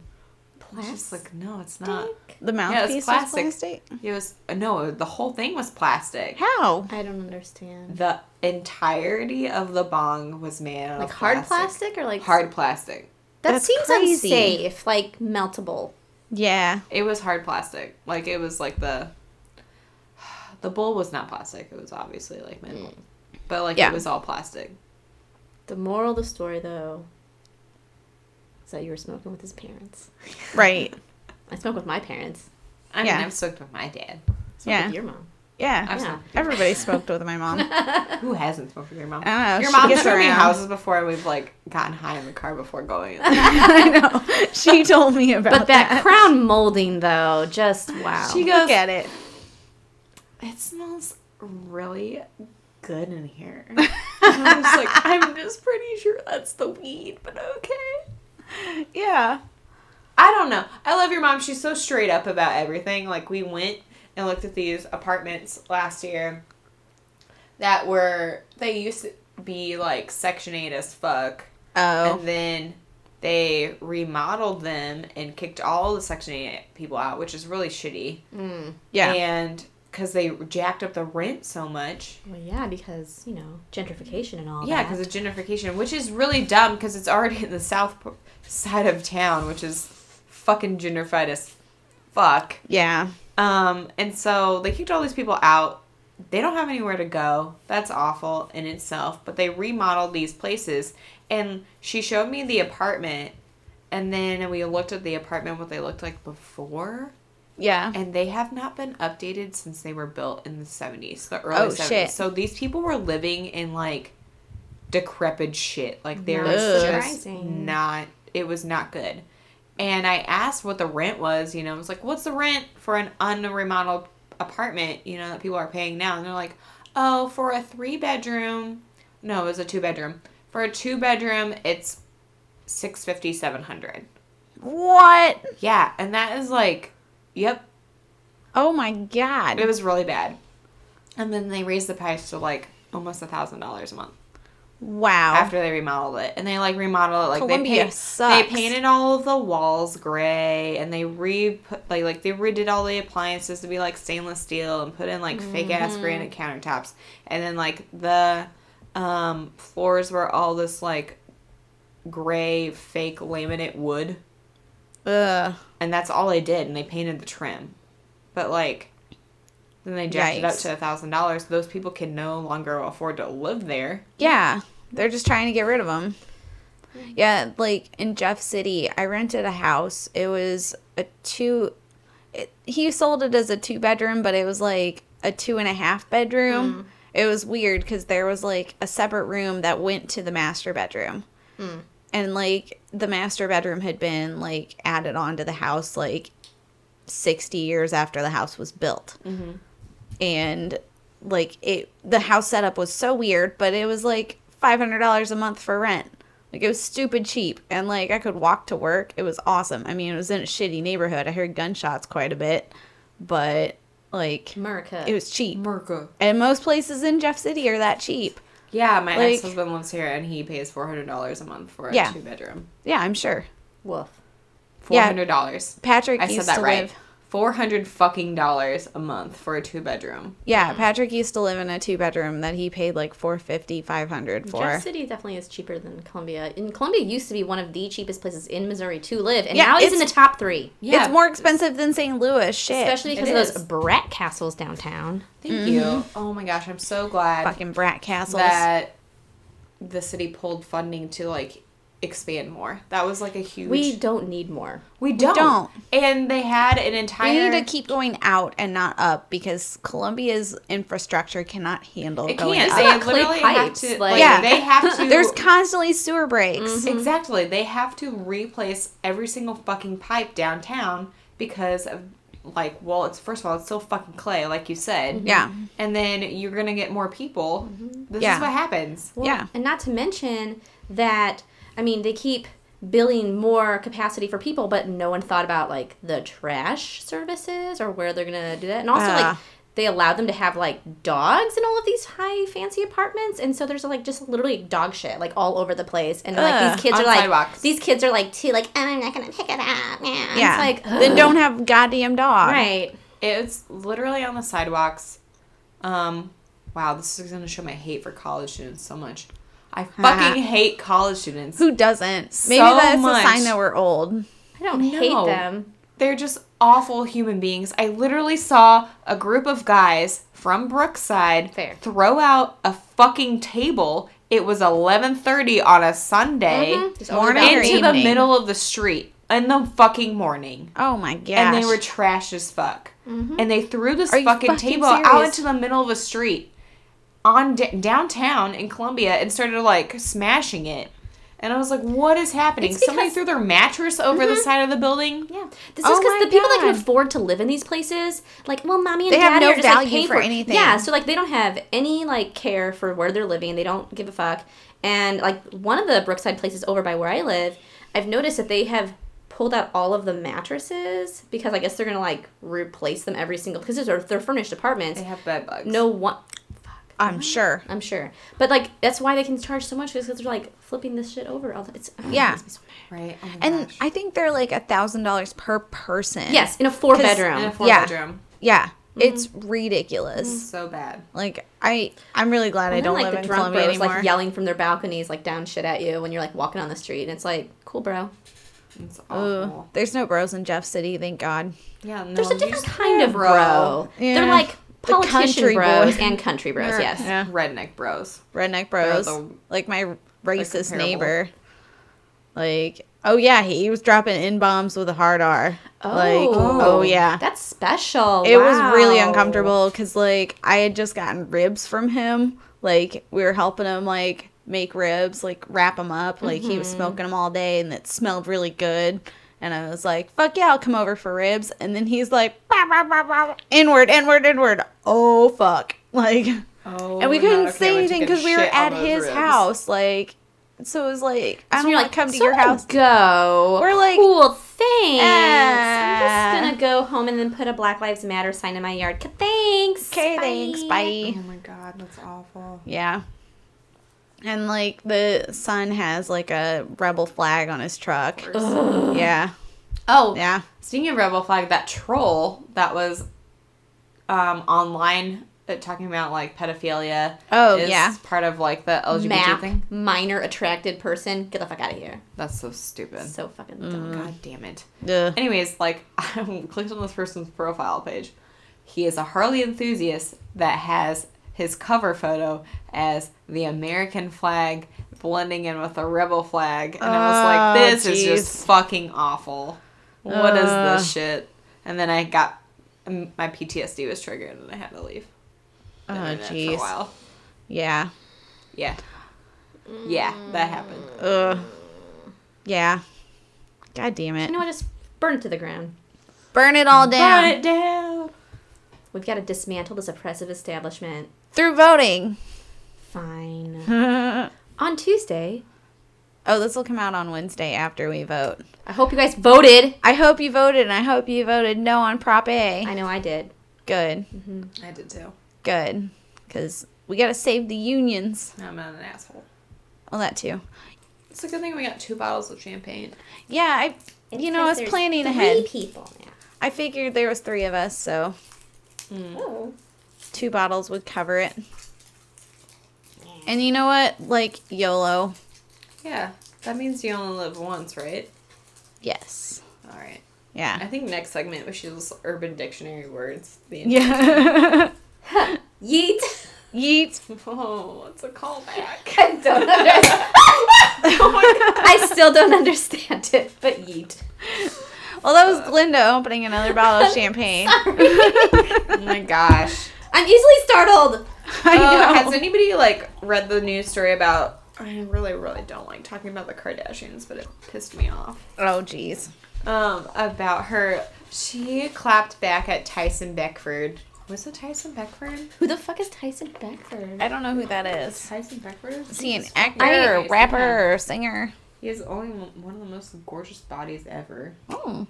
She's just like, no, it's not.
Plastic?
the mouthpiece was
plastic.
plastic.
It was no, the whole thing was plastic.
How?
I don't understand.
The entirety of the bong was made
Oh,
out
Like
of
hard plastic or like
Hard plastic.
That
That's
seems
crazy.
unsafe. Like meltable.
Yeah.
It was hard plastic. Like it was like the the bowl was not plastic. It was obviously like metal. But like
Mm. Yeah.
it was all plastic.
The moral of the story, though, is that you were smoking with his parents.
Right.
I smoke with my parents.
I
Yeah.
mean, I've smoked with my dad.
Smoke
Yeah.
with your mom.
Yeah.
I've
Yeah.
smoked with your
Everybody smoked with my mom.
mom. Who hasn't smoked with your mom?
I don't know.
your
she
mom
gets
has shown me
around.
houses before, and we've like gotten high in the car before going.
I know. She told me about
But that, crown molding, though, just wow.
She goes,
Look at it.
"It smells really good in here." And I was like, "I'm just pretty sure that's the weed, but okay."
Yeah.
I don't know. I love your mom. She's so straight up about everything. Like we went and looked at these apartments last year that were they used to be like section eight as fuck.
Oh.
And then they remodeled them and kicked all the section eight people out, which is really shitty.
Mm.
Yeah.
And because they jacked up the rent so much.
Well, yeah, because you know gentrification and all
Yeah,
that.
because of gentrification, which is really dumb because it's already in the south p- side of town, which is fucking gentrified as fuck.
yeah.
Um, and so they kicked all these people out. They don't have anywhere to go. That's awful in itself. But they remodeled these places. And she showed me the apartment, And then we looked at the apartment, what they looked like before,
Yeah.
and they have not been updated since they were built in the 70s, the early
Oh,
70s.
shit.
So these people were living in like decrepit shit. Like there
Not
was just
surprising.
not, it was not good. And I asked what the rent was, you know, I was like, what's the rent for an unremodeled apartment, you know, that people are paying now? And they're like, oh, for a three bedroom, no, it was a two bedroom. For a two bedroom, it's 650, 700.
What?
Yeah, and that is like, yep,
Oh my god.
it was really bad. And then they raised the price to like almost a thousand dollars a month
wow.
after they remodeled it. And they like remodeled it like
Oh. Columbia
they paint-
sucks.
They painted all of the walls gray, and they re like like they redid all the appliances to be like stainless steel and put in like fake
Mm-hmm.
ass granite countertops. And then like the um, floors were all this like gray fake laminate wood,
Ugh.
and that's all they did. And they painted the trim, but like. Then they jacked it up
Yikes.
to a thousand dollars. Those people can no longer afford to live there.
Yeah, they're just trying to get rid of them.
Mm-hmm.
Yeah, like in Jeff City, I rented a house. It was a two. It, he sold it as a two bedroom, but it was like a two and a half bedroom.
Mm-hmm.
It was weird because there was like a separate room that went to the master bedroom. And like the master bedroom had been like added onto the house like 60 years after the house was built
Mm-hmm.
and like it the house setup was so weird but it was like $500 a month for rent like it was stupid cheap and like i could walk to work it was awesome i mean it was in a shitty neighborhood i heard gunshots quite a bit but like
America.
it was cheap
America.
and most places in jeff city are that cheap
Yeah, my
Like-
ex husband lives here and he pays four hundred dollars a month for a
Yeah.
two bedroom.
yeah i'm sure
Woof.
Four
Yeah.
hundred dollars.
patrick
I
used
said that
to
right.
live
Four hundred fucking dollars a month for a two bedroom.
yeah patrick used to live in a two bedroom that he paid like 450 500 for
Jeff City definitely is cheaper than Columbia. And Columbia used to be one of the cheapest places in Missouri to live, and
Yeah,
now it's in the
it's-
top three.
it's more expensive than st louis shit
Especially because
It
of
is.
those brat castles downtown.
Thank you. Oh my gosh, I'm so glad
Mm-hmm. fucking brat castles
that the city pulled funding to like expand more. That was like a huge.
We don't need more.
we don't.
don't.
And they had an
We
entire.
need to keep going out and not up because Columbia's infrastructure cannot handle
It
going
can't.
up.
They
got clay
literally
pipes,
have to.
like-
Like,
Yeah.
they Mm-hmm. have to.
There's constantly sewer breaks.
Exactly. They have to replace every single fucking pipe downtown because of like well it's first of all it's still fucking clay like you said
Yeah.
and then you're gonna get more people this
Yeah.
is what happens
Well,
Yeah.
And not to mention that, I mean, they keep billing more capacity for people, but no one thought about like the trash services or where they're going to do that. And also, like,
Ah.
they allow them to have like dogs in all of these high fancy apartments. And so there's like just literally dog shit like all over the place. And like
Ugh,
these kids
on
are like,
sidewalks.
these kids are like, too, like, "Oh, I'm not going to pick it up. Yeah.
Yeah.
It's like,
then
ugh.
don't have goddamn dog.
Right.
it's literally on the sidewalks um wow this is gonna show my hate for college students so much i fucking hate college students
Who doesn't? Maybe
So
that's
much.
a sign that we're old.
I don't hate
No.
them.
They're just awful human beings. I literally saw a group of guys from Brookside
Fair.
throw out a fucking table. It was 11:30 on a Sunday
Just
Morning
overdo
or
into the
evening.
middle of the street in the fucking morning.
Oh my gosh.
And they were trash as fuck. And they threw this
Are you
fucking,
fucking
table out
serious?
into the middle of a street on d- downtown in Columbia and started like smashing it. And I was like, what is happening?
It's
Somebody
because-
threw their mattress over the side of the building.
Yeah, this
Oh
is because
my
the people that can
God.
afford to live in these places, like, well, mommy and
They have
daddy
no
are just like,
value
paying
for
for
anything.
Yeah, so like they don't have any like care for where they're living. They don't give a fuck. And like one of the Brookside places over by where I live, I've noticed that they have pulled out all of the mattresses because I guess they're gonna like replace them every single because they're they're furnished apartments.
They have bed bugs.
No one.
Oh
I'm sure.
I'm sure, but like that's why they can charge so much because they're like flipping this shit over all the. It's ugh, it
Yeah.
makes me so mad.
Right. Oh my
And
gosh.
I think they're like a thousand dollars per person.
Yes, in a four bedroom.
in a four
yeah.
bedroom.
Yeah.
Mm-hmm.
It's ridiculous.
So bad.
Like I, I'm really glad I
And then,
don't
like
live
the
in
drunk
Columbia
bros
anymore.
like yelling from their balconies like down shit at you when you're like walking on the street and it's like cool bro
It's
Ooh,
awful.
there's no bros in Jeff City, thank God.
Yeah, no,
there's a
you
different
just-
kind of bro,
Yeah.
they're like
The
politician
country
bros
boy.
and country bros
They're
yes
Yeah.
Redneck bros.
redneck bros,
the-
like my racist
comparable.
neighbor. Like Oh yeah, he was dropping in bombs with a hard R. like oh yeah.
That's special.
it was really
Wow.
uncomfortable because like I had just gotten ribs from him. Like we were helping him like make ribs, like wrap them up. Like he
Mm-hmm.
was smoking them all day, and it smelled really good. And I was like, "Fuck yeah, I'll come over for ribs." And then he's like, bah, bah, bah, bah, "Inward, inward, inward." Oh fuck! Like,
Oh,
and we couldn't say anything because we were at his house. Like, so it was like, I
So
don't
you're
want to come to
"So
your
I'm gonna
house.
Go.
We're like,
cool. Thanks.
"Ah."
I'm just gonna go home and then put a Black Lives Matter sign in my yard. K- Thanks.
Okay, thanks. Bye.
Oh my god, that's awful.
Yeah. And like the son has like a rebel flag on his truck.
Ugh.
Yeah.
Oh,
Yeah.
Speaking of Rebel Flag, that troll that was um, online uh, talking about like pedophilia
Oh,
is
yeah.
part of like the LGBT
Map
thing.
minor attracted person. Get the fuck out of here.
That's so stupid.
So fucking
Mm-hmm.
dumb.
God damn it.
Ugh.
Anyways, like I clicked on this person's profile page. He is a Harley enthusiast that has his cover photo as the American flag blending in with the rebel flag, and I
Oh,
was like, "This is
jeez.
just fucking awful. What is
Ugh.
this shit?" And then I got m- my PTSD was triggered, and I had to leave. the
Oh,
internet For a
jeez.
while,
Yeah.
yeah, yeah, that happened.
Ugh. Yeah. God damn
You
it.
know what? Just burn it to the ground.
Burn it all down
Burn it down.
We've got to dismantle this oppressive establishment.
through voting.
Fine.
oh,
On Tuesday,
this will come out on Wednesday after we vote.
I hope you guys voted.
I hope you voted and I hope you voted no on Prop A.
I know I did.
Good.
I did too.
Good. Because we got to save the unions.
I'm not an asshole.
Well, that too.
It's a good thing we got two bottles of champagne.
Yeah, I, you know, I was planning ahead.
people now.
I figured there was three of us, so Mm.
Oh.
two bottles would cover it. And you know what? Like YOLO.
Yeah, that means you only live once, right?
Yes.
All right. I
Yeah.
think next segment we should use Urban Dictionary words. The
Yeah.
Yeet.
Yeet.
Oh, what's a callback?
I don't understand. Oh I still don't understand it, but yeet.
Well, that was Glinda opening another bottle of champagne.
oh my gosh.
I'm easily startled.
I
Uh,
know.
has
Oh.
anybody like read the news story about? I really, really don't like talking about the Kardashians, but it pissed me off.
oh, jeez.
Um, about her, she clapped back at Tyson Beckford. Was it Tyson Beckford?
Who the fuck is Tyson Beckford?
I don't know who that is.
Tyson Beckford.
Is he an
Jesus
actor
Christ,
or
yeah.
rapper or singer?
He has only one one of the most gorgeous bodies ever.
Oh,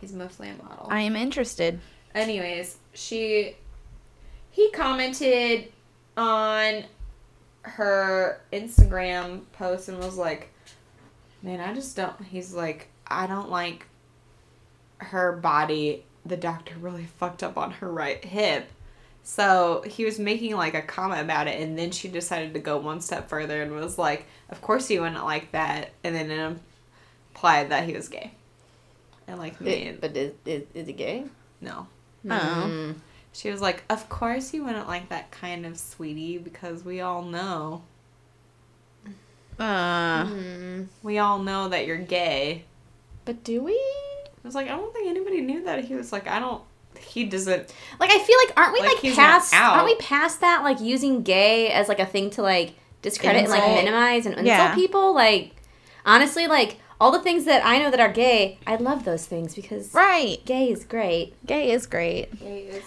He's mostly a model.
I am interested.
Anyways, she he commented on her Instagram post and was like, "Man, I just don't." He's like, "I don't like her body. The doctor really fucked up on her right hip." So he was making like a comment about it, and then she decided to go one step further and was like, "Of course you wouldn't like that," and then implied that he was gay, and like me,
but is, is, is he gay?
no.
Hmm.
Oh.
She was like, Of course you wouldn't like that kind of sweetie because we all know.
Hmm.
Uh,
We all know that you're gay.
But do we?
I was like, I don't think anybody knew that. He was like, I don't. He doesn't.
Like I feel like aren't we
Like,
like,
he's not
past?
out.
Aren't we past that? Like using gay as like a thing to like discredit and
Insult.
like minimize and insult
Yeah.
people. Like honestly, like all the things that I know that are gay, I love those things because
right.
gay is great.
Gay is great.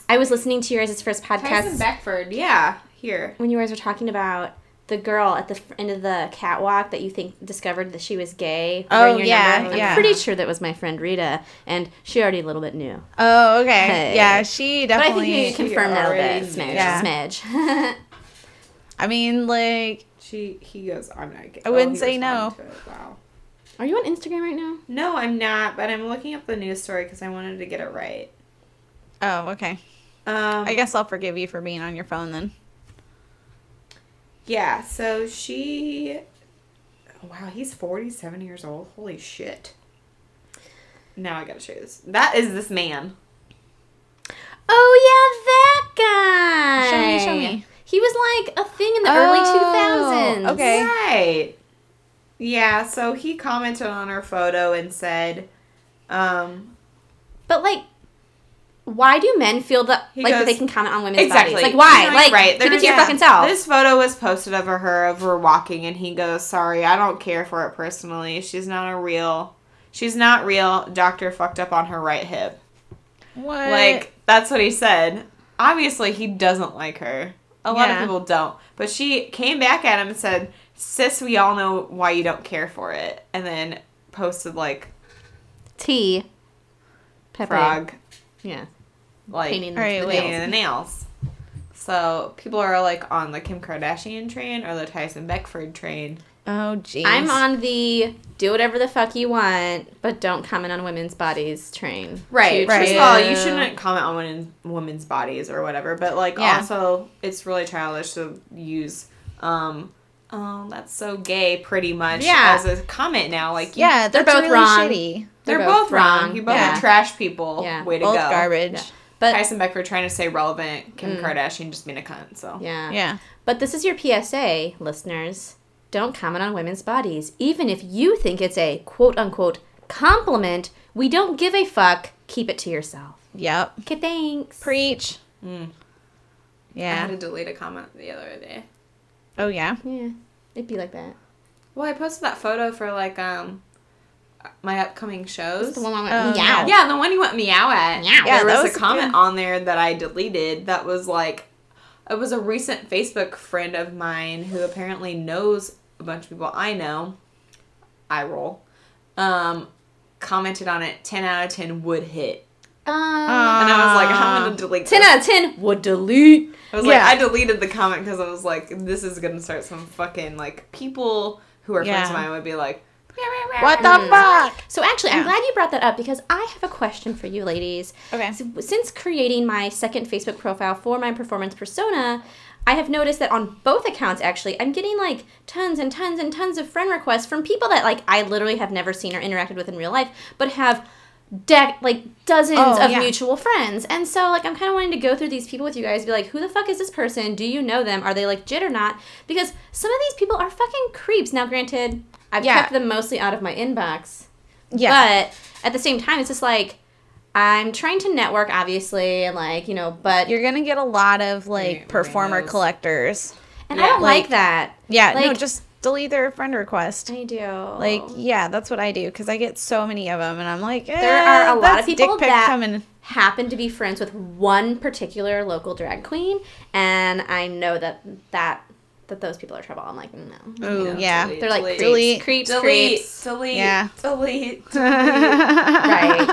I was listening to your guys' first podcast
Tyson Beckford, yeah, here.
when you guys were talking about the girl at the f- end of the catwalk that you think discovered that she was gay.
Oh,
during your
yeah,
number.
yeah.
I'm pretty sure that was my friend Rita, and she already a little bit knew.
Oh, okay.
Hey.
Yeah, she
But I
definitely.
think you confirmed that a
already
bit.
knew.
Smidge,
Yeah.
smidge.
I mean, like,
She, he goes, I'm not gay.
I
Oh,
wouldn't
he
say no.
responded to it, Wow.
Are you on Instagram right now?
No, I'm not, but I'm looking up the news story because I wanted to get it right.
oh, okay.
Um,
I guess I'll forgive you for being on your phone then.
Yeah, so she. Wow, he's 47 years old. Holy shit. Now I gotta show you this. That is this man.
Oh yeah, that guy.
Show me, show me.
He was like a thing in the
Oh,
early 2000s.
okay.
Right. Yeah, so he commented on her photo and said, um,
But like, why do men feel that
He
like that
goes-
they can comment on women's
exactly.
bodies? Like why?
You're
like keep it
There's-
to your fucking self.
This photo was posted of her of her walking, and he goes, "Sorry, I don't care for it personally. She's not a real. She's not real. Doctor fucked up on her right hip.
What?
Like that's what he said. Obviously, he doesn't like her. A lot
Yeah.
of people don't. But she came back at him and said, "Sis, we all know why you don't care for it." And then posted like
Tea. Pepper.
frog,
Yeah.
like
Painting
All right,
the
wait.
nails.
painting the nails. So people are like on the Kim Kardashian train or the Tyson Beckford train.
oh, jeez.
I'm on the do whatever the fuck you want, but don't comment on women's bodies train.
Right.
Choo-choo.
First of all, oh, you shouldn't comment on women, women's bodies or whatever, but like
Yeah.
also it's really childish to use um oh that's so gay pretty much
Yeah.
as a comment now like you-
Yeah,
They're
that's
both
really
wrong.
shitty.
they're, both, wrong. You both
yeah.
are trash people.
Yeah.
Way to
Both
go.
garbage.
Yeah. But
Tyson Beckford trying to stay relevant, Kim Kardashian just being a cunt, so
Mm. yeah.
Yeah.
But this is your PSA, listeners. Don't comment on women's bodies. Even if you think it's a quote unquote compliment, we don't give a fuck. Keep it to yourself.
Yep.
Okay, thanks.
Preach.
Mm. I had
Yeah.
to delete a comment the other day.
Oh, yeah.
yeah. It'd be like that.
Well, I posted that photo for like um my upcoming shows.
That's the one I went,
Oh,
meow.
Yeah, the one you went meow at.
Meow.
Yeah,
there
that
was,
was
a comment
good.
on there that I deleted that was like, it was a recent Facebook friend of mine who apparently knows a bunch of people I know. I roll. Um, commented on it. Ten out of ten would hit.
Um,
And I was like, I'm gonna delete.
10
this.
out of 10 would delete.
I was
Yeah.
like, I deleted the comment because I was like, this is gonna start some fucking like people who are friends of
Yeah.
mine would be like,
What
Mm.
the fuck?
So actually, I'm
Yeah.
glad you brought that up because I have a question for you ladies.
Okay.
So, since creating my second Facebook profile for my performance persona, I have noticed that on both accounts actually, I'm getting like tons and tons and tons of friend requests from people that like I literally have never seen or interacted with in real life, but have dec- like dozens
Oh,
of
yeah.
mutual friends. And so like I'm kind of wanting to go through these people with you guys, be like, who the fuck is this person? Do you know them? Are they like jit or not? Because some of these people are fucking creeps. Now, granted, I've
Yeah.
kept them mostly out of my inbox.
Yeah.
But at the same time, it's just like I'm trying to network, obviously, and like you know, but
You're going to get a lot of, like,
Yeah,
performer
randos.
collectors.
and I
yeah,
don't like,
like-
that.
Yeah. no,
Like-
just delete their friend request.
I do
Like, yeah, that's what I do because I get so many of them, and I'm like,
There are a
"Eh,
lot of
that's
people
dick pic
that-
coming.
happen to be friends with one particular local drag queen, and I know that that that those people are trouble. I'm like, no,
Ooh,
know,
yeah.
delete.
they're like creeps,
Delete.
creeps,
delete,
creeps.
delete,
Yeah.
delete,
Right.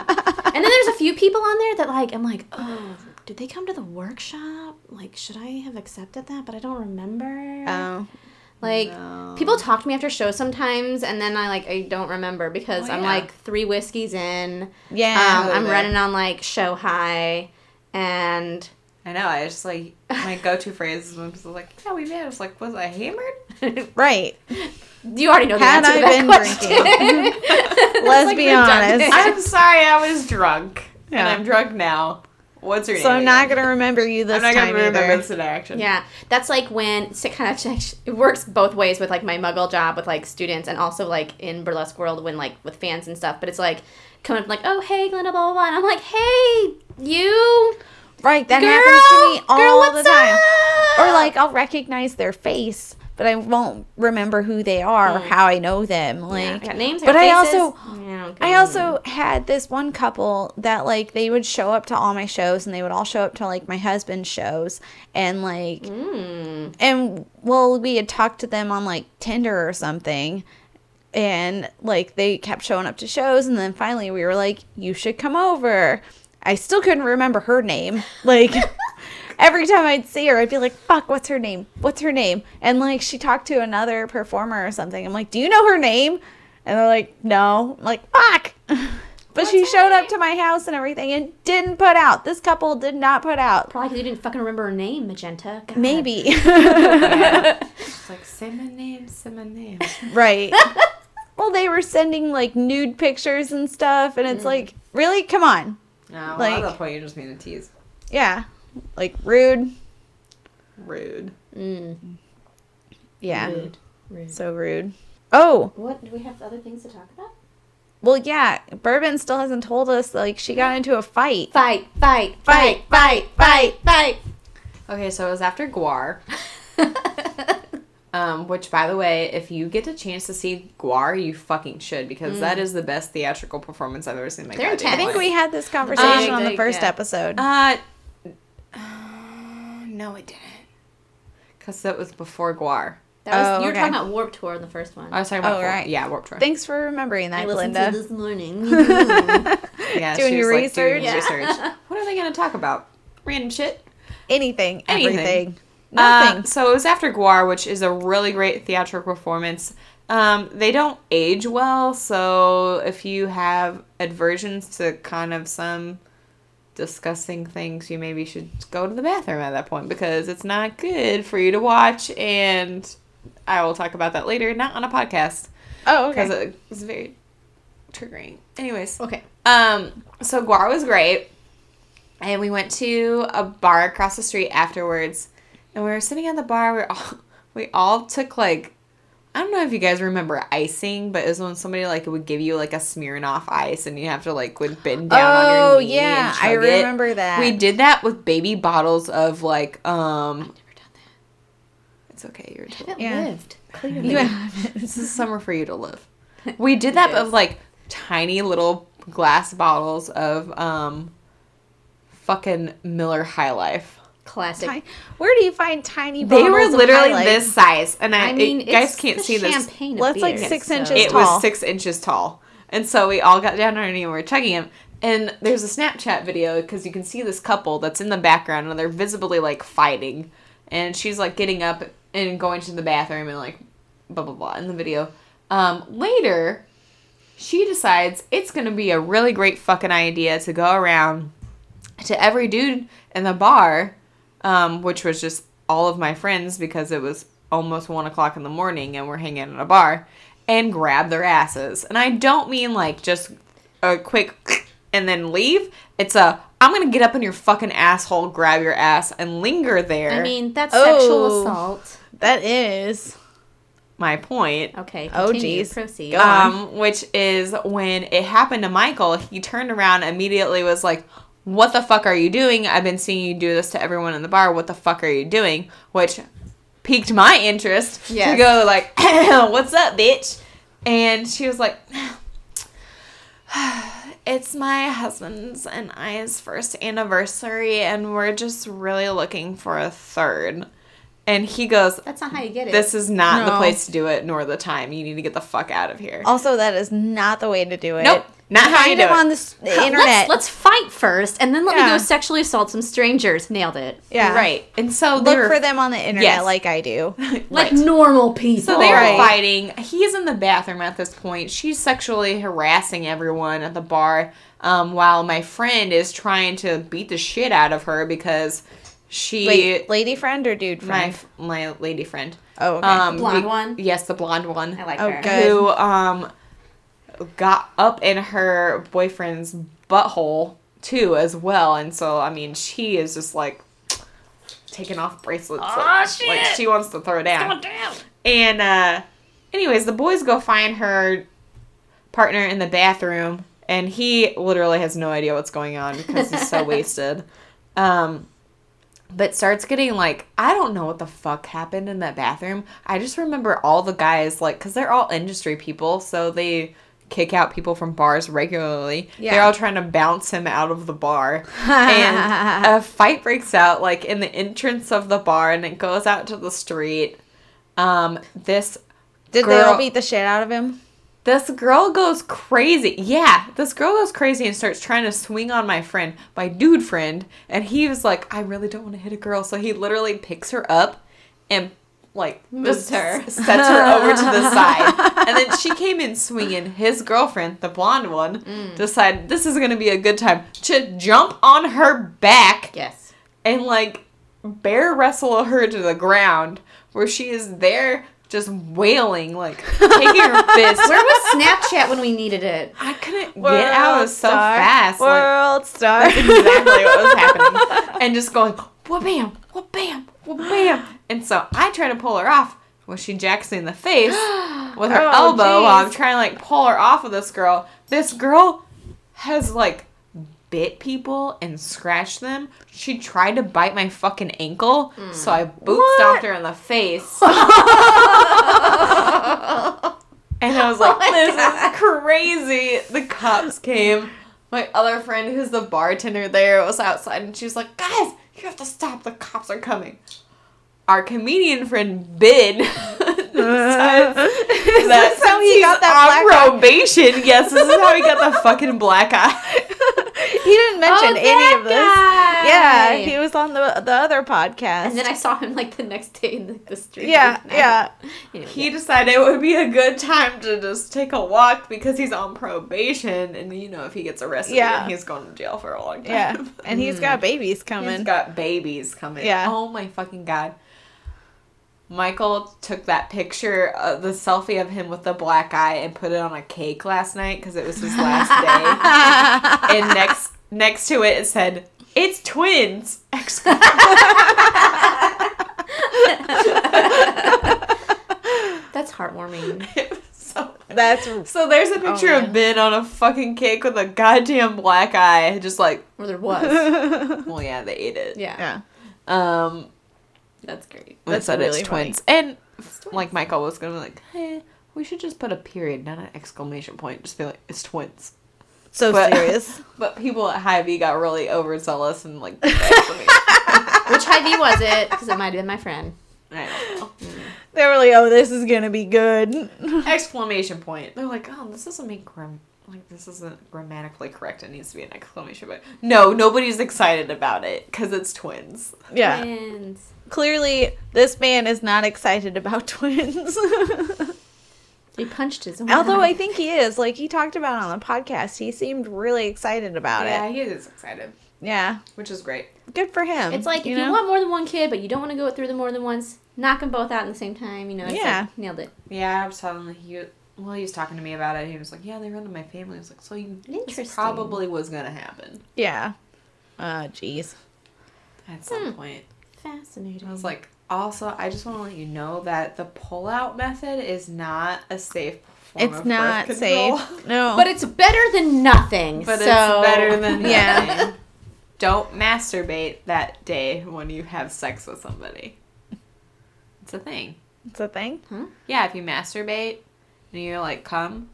And then there's a few people on there that like I'm like, oh, did they come to the workshop? Like, should I have accepted that? But I don't remember.
Oh,
Like
No.
people talk to me after shows sometimes, and then I like I don't remember because
Oh,
I'm
yeah.
like three whiskeys in.
yeah.
um, I'm
totally.
running on like show high, and
I know. I just like my go-to phrase is when people are like, "Yeah, we met." I was like, "Was I hammered?"
Um,
right.
you already know the
Had
answer to
I
that
been
question.
Let's
Like,
be
redundant.
honest.
I'm sorry, I was drunk, and
Yeah.
I'm drunk now. What's your name?
So I'm not
again?
gonna remember you this
I'm not
time
gonna remember
either.
this in action.
Yeah, that's like when so it kind of checks- it works both ways with like my muggle job with like students and also like in burlesque world when like with fans and stuff. But it's like coming up like, oh hey Glenda, blah blah blah, and I'm like, hey you,
Right. That
girl,
happens to me all
girl, what's
the time.
up?
Or like I'll recognize their face, but I won't remember who they are or how I know them.
Hmm. Yeah, I
Like
got names,
but
got
I
faces. Hmm.
also-
Yeah, don't
I
go.
also had this one couple that like they would show up to all my shows and they would all show up to like my husband's shows and like
Mm.
and well we had talked to them on like Tinder or something and like they kept showing up to shows and then finally we were like you should come over. I still couldn't remember her name. Like every time I'd see her I'd be like fuck what's her name? What's her name? And like she talked to another performer or something. I'm like do you know her name? And they're like no. I'm like fuck. But she showed up to my house and everything and didn't put out. This couple did not put out.
Probably 'cause you didn't fucking remember her name, Magenta. God.
Maybe.
It's like say my name, say my name.
Right. well, they were sending like nude pictures and stuff, and it's like, really? Come on.
No, well,
Like-
at that point you're just being a tease.
Yeah. Like, rude.
Rude.
Mm.
Yeah. Mm.
Rude. Rude.
So rude. Oh,
What do we have other things to talk about?
well, yeah. Bourbon still hasn't told us like she got into a fight.
Fight, fight, fight, fight, fight, fight.
Okay, so it was after Guar. Um, which, by the way, if you get a chance to see Guar, you fucking should because
Mm.
that is the best theatrical performance I've ever seen. in My
They're
goddamn
I
intense.
think
life.
we had this conversation
Um,
on the
they-
first
yeah.
episode.
Uh, no, it didn't. Cause that was before Guar.
That was,
Oh,
you were
okay.
talking about Warp Tour in the first one.
I was talking about.
Oh,
Warp-
right.
Yeah, Warp Tour.
Thanks for remembering that,
I listened
Glinda.
to this morning.
yeah,
doing
she
your
was, like, doing
research.
research. What are they gonna talk about? Random shit.
Anything,
Anything.
everything,
Uh,
nothing.
so it was after Guar, which is a really great theatrical performance. Um, they don't age well, so if you have aversions to kind of some disgusting things, you maybe should go to the bathroom at that point because it's not good for you to watch. And I will talk about that later, not on a podcast
oh,
because
okay.
it's very triggering. Anyways,
okay.
um, so Guar was great, and we went to a bar across the street afterwards, and we were sitting at the bar. We all we all took like I don't know if you guys remember icing, but it was when somebody like would give you like a Smirnoff ice, and you have to like would bend down. on
Oh
your knee
yeah,
and
I
chug it.
remember that.
We did that with baby bottles of like um.
Never done that.
It's okay, you're.
I haven't
Yeah.
lived. Clearly.
Yeah. this is summer for you to live. We did that of like tiny little glass bottles of um fucking Miller High Life.
Classic.
Ti- Where do you find tiny?
They were
bottles of
literally
Highlight?
this size, and I,
I mean,
it- you guys
it's
can't
the
see this.
champagne of
Well, it's like
beer,
six
so-
inches
It
tall.
was six inches tall, and so we all got down on our knee and we were chugging them. And there's a Snapchat video because you can see this couple that's in the background, and they're visibly like fighting, and she's like getting up and going to the bathroom and like blah blah blah in the video. Um, later, she decides it's gonna be a really great fucking idea to go around to every dude in the bar, um, which was just all of my friends because it was almost one o'clock in the morning and we're hanging in a bar, and grab their asses. And I don't mean like just a quick and then leave. It's a I'm gonna get up in your fucking asshole, grab your ass, and linger there.
I mean, that's
Oh.
sexual assault.
That is.
my point.
Okay.
Oh,
Continue.
geez.
Proceed.
Go on.
um, which is when it happened to Michael, he turned around immediately was like, "What the fuck are you doing? I've been seeing you do this to everyone in the bar. What the fuck are you doing?" Which piqued my interest to
Yes.
go like, "What's up, bitch?" And she was like, "It's my husband's and I's first anniversary, and we're just really looking for a third. And he goes,
That's not how you get it.
"This is not the
No.
place to do it, nor the time. You need to get the fuck out of here."
Also, that is not the way to do it.
Nope. Not how
Find
you do
them
it.
on the, s- the
Let's-
internet.
Let's, fight first, and then let me
Yeah.
go sexually assault some strangers. Nailed it.
yeah.
Right. And so they
Look
were,
for them on the internet,
Yes.
like I do.
Like
Right.
normal people.
So they were
Right.
fighting. He's in the bathroom at this point. She's sexually harassing everyone at the bar, um, while my friend is trying to beat the shit out of her because she
Wait, lady friend or dude
my
friend?
f- my lady friend.
oh, okay.
Blonde
be-
one?
Yes, the blonde one.
I like
Oh,
her.
good.
who um got up in her boyfriend's butthole too as well and so i mean she is just like taking off bracelets like, like, she wants to throw
Oh,
down and uh anyways the boys go find her partner in the bathroom and he literally has no idea what's going on because he's so wasted um but starts getting like I don't know what the fuck happened in that bathroom. I just remember all the guys like cuz they're all industry people, so they kick out people from bars regularly.
Yeah.
They're all trying to bounce him out of the bar. and a fight breaks out like in the entrance of the bar and it goes out to the street. Um this
Did they all
girl-
beat the shit out of him?
this girl goes crazy. Yeah, this girl goes crazy and starts trying to swing on my friend, my dude friend. And he was like, I really don't want to hit a girl. So he literally picks her up and like
Moves
just
her.
s- sets her over to the side. And then she came in swinging. His girlfriend, the blonde one,
Mm.
decided this is going to be a good time to jump on her back
Yes.
and like bear wrestle her to the ground where she is there just wailing, like taking her fist.
Where was Snapchat when we needed it?
I couldn't get out so fast. Like,
World star.
exactly what was happening. And just going, wha bam, wha bam, wha bam. And so I try to pull her off. Well, she jacks me in the face, with her
Oh,
elbow while I'm
jeez.
trying to like pull her off of this girl. This girl has like bit people and scratched them. She tried to bite my fucking ankle,
Hmm.
so I boot stomped her in the face. and I was like,
Oh my
this
God.
is crazy. The cops came. My other friend, who's the bartender there, was outside and she was like, guys, you have to stop. The cops are coming. Our comedian friend, Bid, decides
That's how he got that black
on probation. Yes, this is how he got the fucking black eye.
He didn't
Oh,
mention any of this. Yeah,
that guy!
he was on the the other podcast.
And then I saw him like the next day in the, the street.
yeah, yeah.
Anyway,
He decided it would be a good time to just take a walk because he's on probation, and you know if he gets arrested,
Yeah.
then he's going to jail for a long time.
Yeah, and he's got babies coming.
He's got babies coming.
Yeah.
Oh my fucking god. Michael took that picture, uh, the selfie of him with the black eye, and put it on a cake last night because it was his last day. and next next to it, it said, "It's twins!" Exclamation
that's heartwarming.
mark. so,
That's
so there's a picture
Oh,
of Ben on a fucking cake with a goddamn black eye, just like,
Or there was.
yeah.
well, yeah, they ate it.
Yeah.
Um,
That's great.
That's
That's said
really
it's
funny.
twins. And like Michael was gonna be like, hey, we should just put a period, not an exclamation point. Just be like, it's twins.
So
But-
serious.
But people at Hy-Vee got really overzealous and like, put the exclamation-
Which Hy-Vee was it? Because it might have been my friend.
I don't know.
They were like, "Oh, this is gonna be good."
exclamation point. They're like, oh, this doesn't make gram- like this isn't grammatically correct. It needs to be an exclamation point. No, nobody's excited about it because it's twins.
Yeah.
Twins.
Clearly, this man is not excited about twins.
He punched his own
Although
eye.
I think he is. Like he talked about on the podcast, he seemed really excited about
Yeah,
it.
he is excited,
Yeah.
which is great.
Good for him.
It's like if you
know?
want more than one kid, but you don't want to go through them more than once, knock them both out at the same time. You know, it's yeah,
Yeah.
like, nailed it.
Yeah, I was telling him he. Well, he was talking to me about it. He was like, "Yeah, they run to my family." I was like, "So you this
Interesting.
probably was gonna happen
Yeah. Uh, jeez.
at some
Hmm.
point."
Fascinating.
I was like, "Also, I just want to let you know that the pullout method is not a safe form
It's
of
not
birth
safe.
control.
No.
but it's better than nothing.
Oh. but
so-
it's better than
Yeah.
yeah. Don't masturbate that day when you have sex with somebody. It's a thing.
it's a thing.
Yeah, if you masturbate and you're like cum,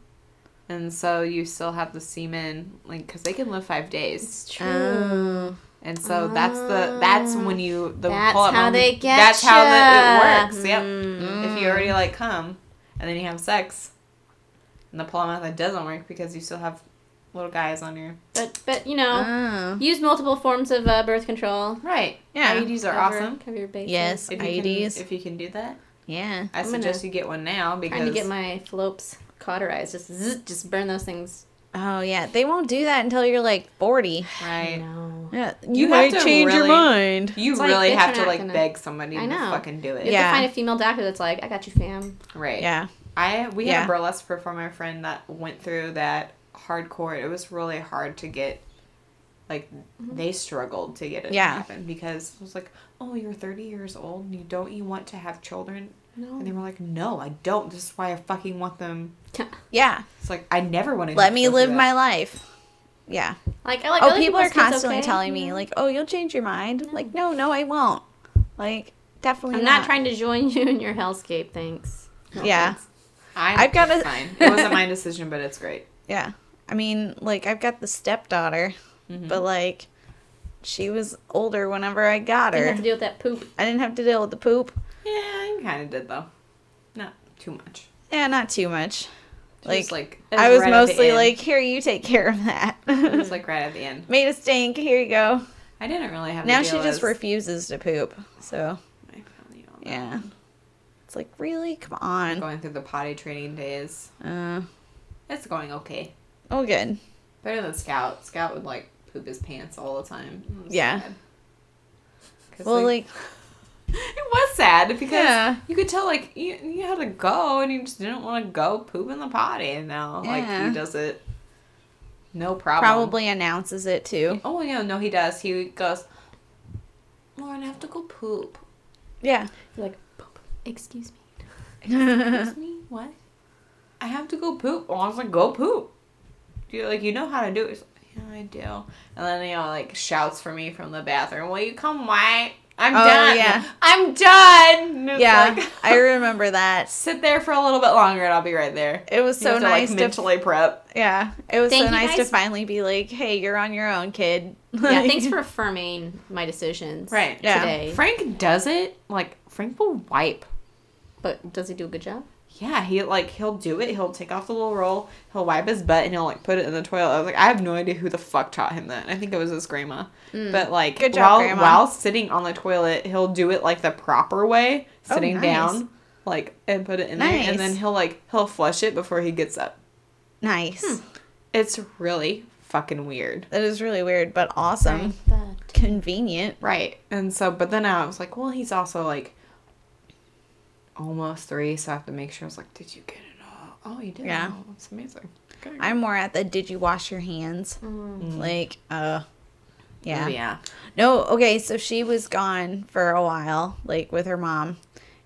and so you still have the semen, like because they can live five days, Uh,
It's true.
Oh.
and so that's the that's when you the
That's
pull-up
how
moment-
they get
That's how
ya.
that it works. Yep.
Mm.
If you already like cum, and then you have sex, and the pull-up method doesn't work because you still have little guys on your
But but you know,
Mm.
Oh.
use multiple forms of uh, birth control.
right.
Yeah.
IUDs E are
Cover-
awesome.
Cover your bases.
Yes.
If you
IUDs.
can, if you can do that,
Yeah.
I
E I'm gonna-
suggest you get one now because
Trying to get my fallopes cauterized. Just zzz, just burn those things.
Oh yeah. They won't do that until you're like 40.
right.
No.
Yeah.
You have to really-
mind.
You
It's like,
really
bitch,
have
I'm
to
not
like
gonna-
beg somebody to
I know.
fucking do it.
You
Yeah.
have to find a female doctor that's like, I got you, fam.
Right.
Yeah.
I we had
Yeah.
a burlesque performer friend that went through that hardcore. It was really hard to get like
Mm-hmm.
they struggled to get it
Yeah.
to happen because it was like, "Oh, you're 30 years old and you don't you want to have children?"
No.
And they were like, "No, I don't. This is why I fucking want them."
Yeah.
It's like, "I never want to
Let me live my life. Yeah.
Like I like.
oh,
other
people are
people's kids,
constantly
okay?
telling
Yeah.
me like, "Oh, you'll change your mind." Like, no, no, I won't. Like, definitely
I'm not trying to join you in your hellscape. Thanks. No
Yeah.
thanks.
i
I've got a-
fine. It wasn't my decision, but it's great.
Yeah, I mean, like, I've got the stepdaughter, but like, she was older whenever I got
You
her.
have to deal with that poop.
I didn't have to deal with the poop.
Yeah, I kind of did though. Not too much.
Yeah, not too much.
Just,
Like,
like it
I was
right at the
mostly
end.
like, "Here, you take care of that."
it was like right at the end.
Made a stink. Here you go.
I didn't really have. to
Now she
deal
just
with-
refuses to poop. So
I found you on that.
yeah, it's like really, come on.
Going through the potty training days.
Uh,
It's going okay.
oh, good.
Better than Scout. Scout would like poop his pants all the time. It was
Yeah.
sad. 'Cause,
Well, like,
it was sad because
Yeah.
you could tell like you, you had to go and you just didn't want to go poop in the potty and now like
Yeah.
he does it no problem.
probably announces it too.
Oh yeah, no, he does. He goes. Lauren, I have to go poop.
Yeah.
You're like, poop. Excuse me.
Uh-huh.
Excuse me, what? I have to go poop. And I was like, go poop. You like you know how to do it. He's like, yeah, I do. And then you know like shouts for me from the bathroom. Will you come white? I'm
Oh,
done.
yeah.
I'm done. And it's
Yeah,
like-
I remember that.
sit there for a little bit longer and I'll be right there.
It was
You
so
have to,
nice
like,
to
mentally prep.
yeah, it was
Thank
so
you,
nice to
guys.
finally be like, hey, you're on your own, kid.
Yeah,
Like-
thanks for affirming my decisions.
Right.
Yeah.
Today.
Frank does it. Like Frank will wipe.
But does he do a good job?
Yeah, he like he'll do it. He'll take off the little roll. He'll wipe his butt and he'll like put it in the toilet. I was like, I have no idea who the fuck taught him that. I think it was his grandma. But like,
Mm. Good job,
while
grandma.
while sitting on the toilet, he'll do it like the proper way,
Oh,
sitting
nice.
down, like and put it in there,
Nice.
and then he'll like he'll flush it before he gets up.
nice.
It's really fucking weird.
That is really weird, but awesome.
But
Convenient.
Right. And so, but then I was like, well, he's also like almost three, so I have to make sure. I was like, did you get it all? Oh, you did.
Yeah.
Oh, that's amazing. Okay.
I'm more at the did you wash your hands? Like, uh,
Oh,
yeah.
yeah.
No, okay, so she was gone for a while, like with her mom,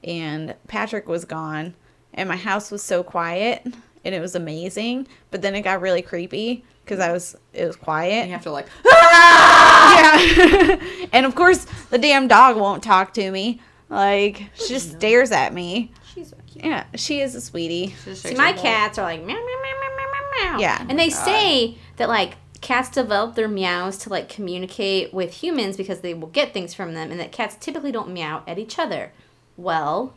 and Patrick was gone, and my house was so quiet, and it was amazing, but then it got really creepy because I was, it was quiet.
And you have to like,
Yeah. and of course, the damn dog won't talk to me. Like, she just stares at me.
she's so cute.
Yeah, she is a sweetie.
See, my cats are like meow meow meow meow meow meow.
Yeah.
and they say that like cats develop their meows to like communicate with humans because they will get things from them, and that cats typically don't meow at each other. Well,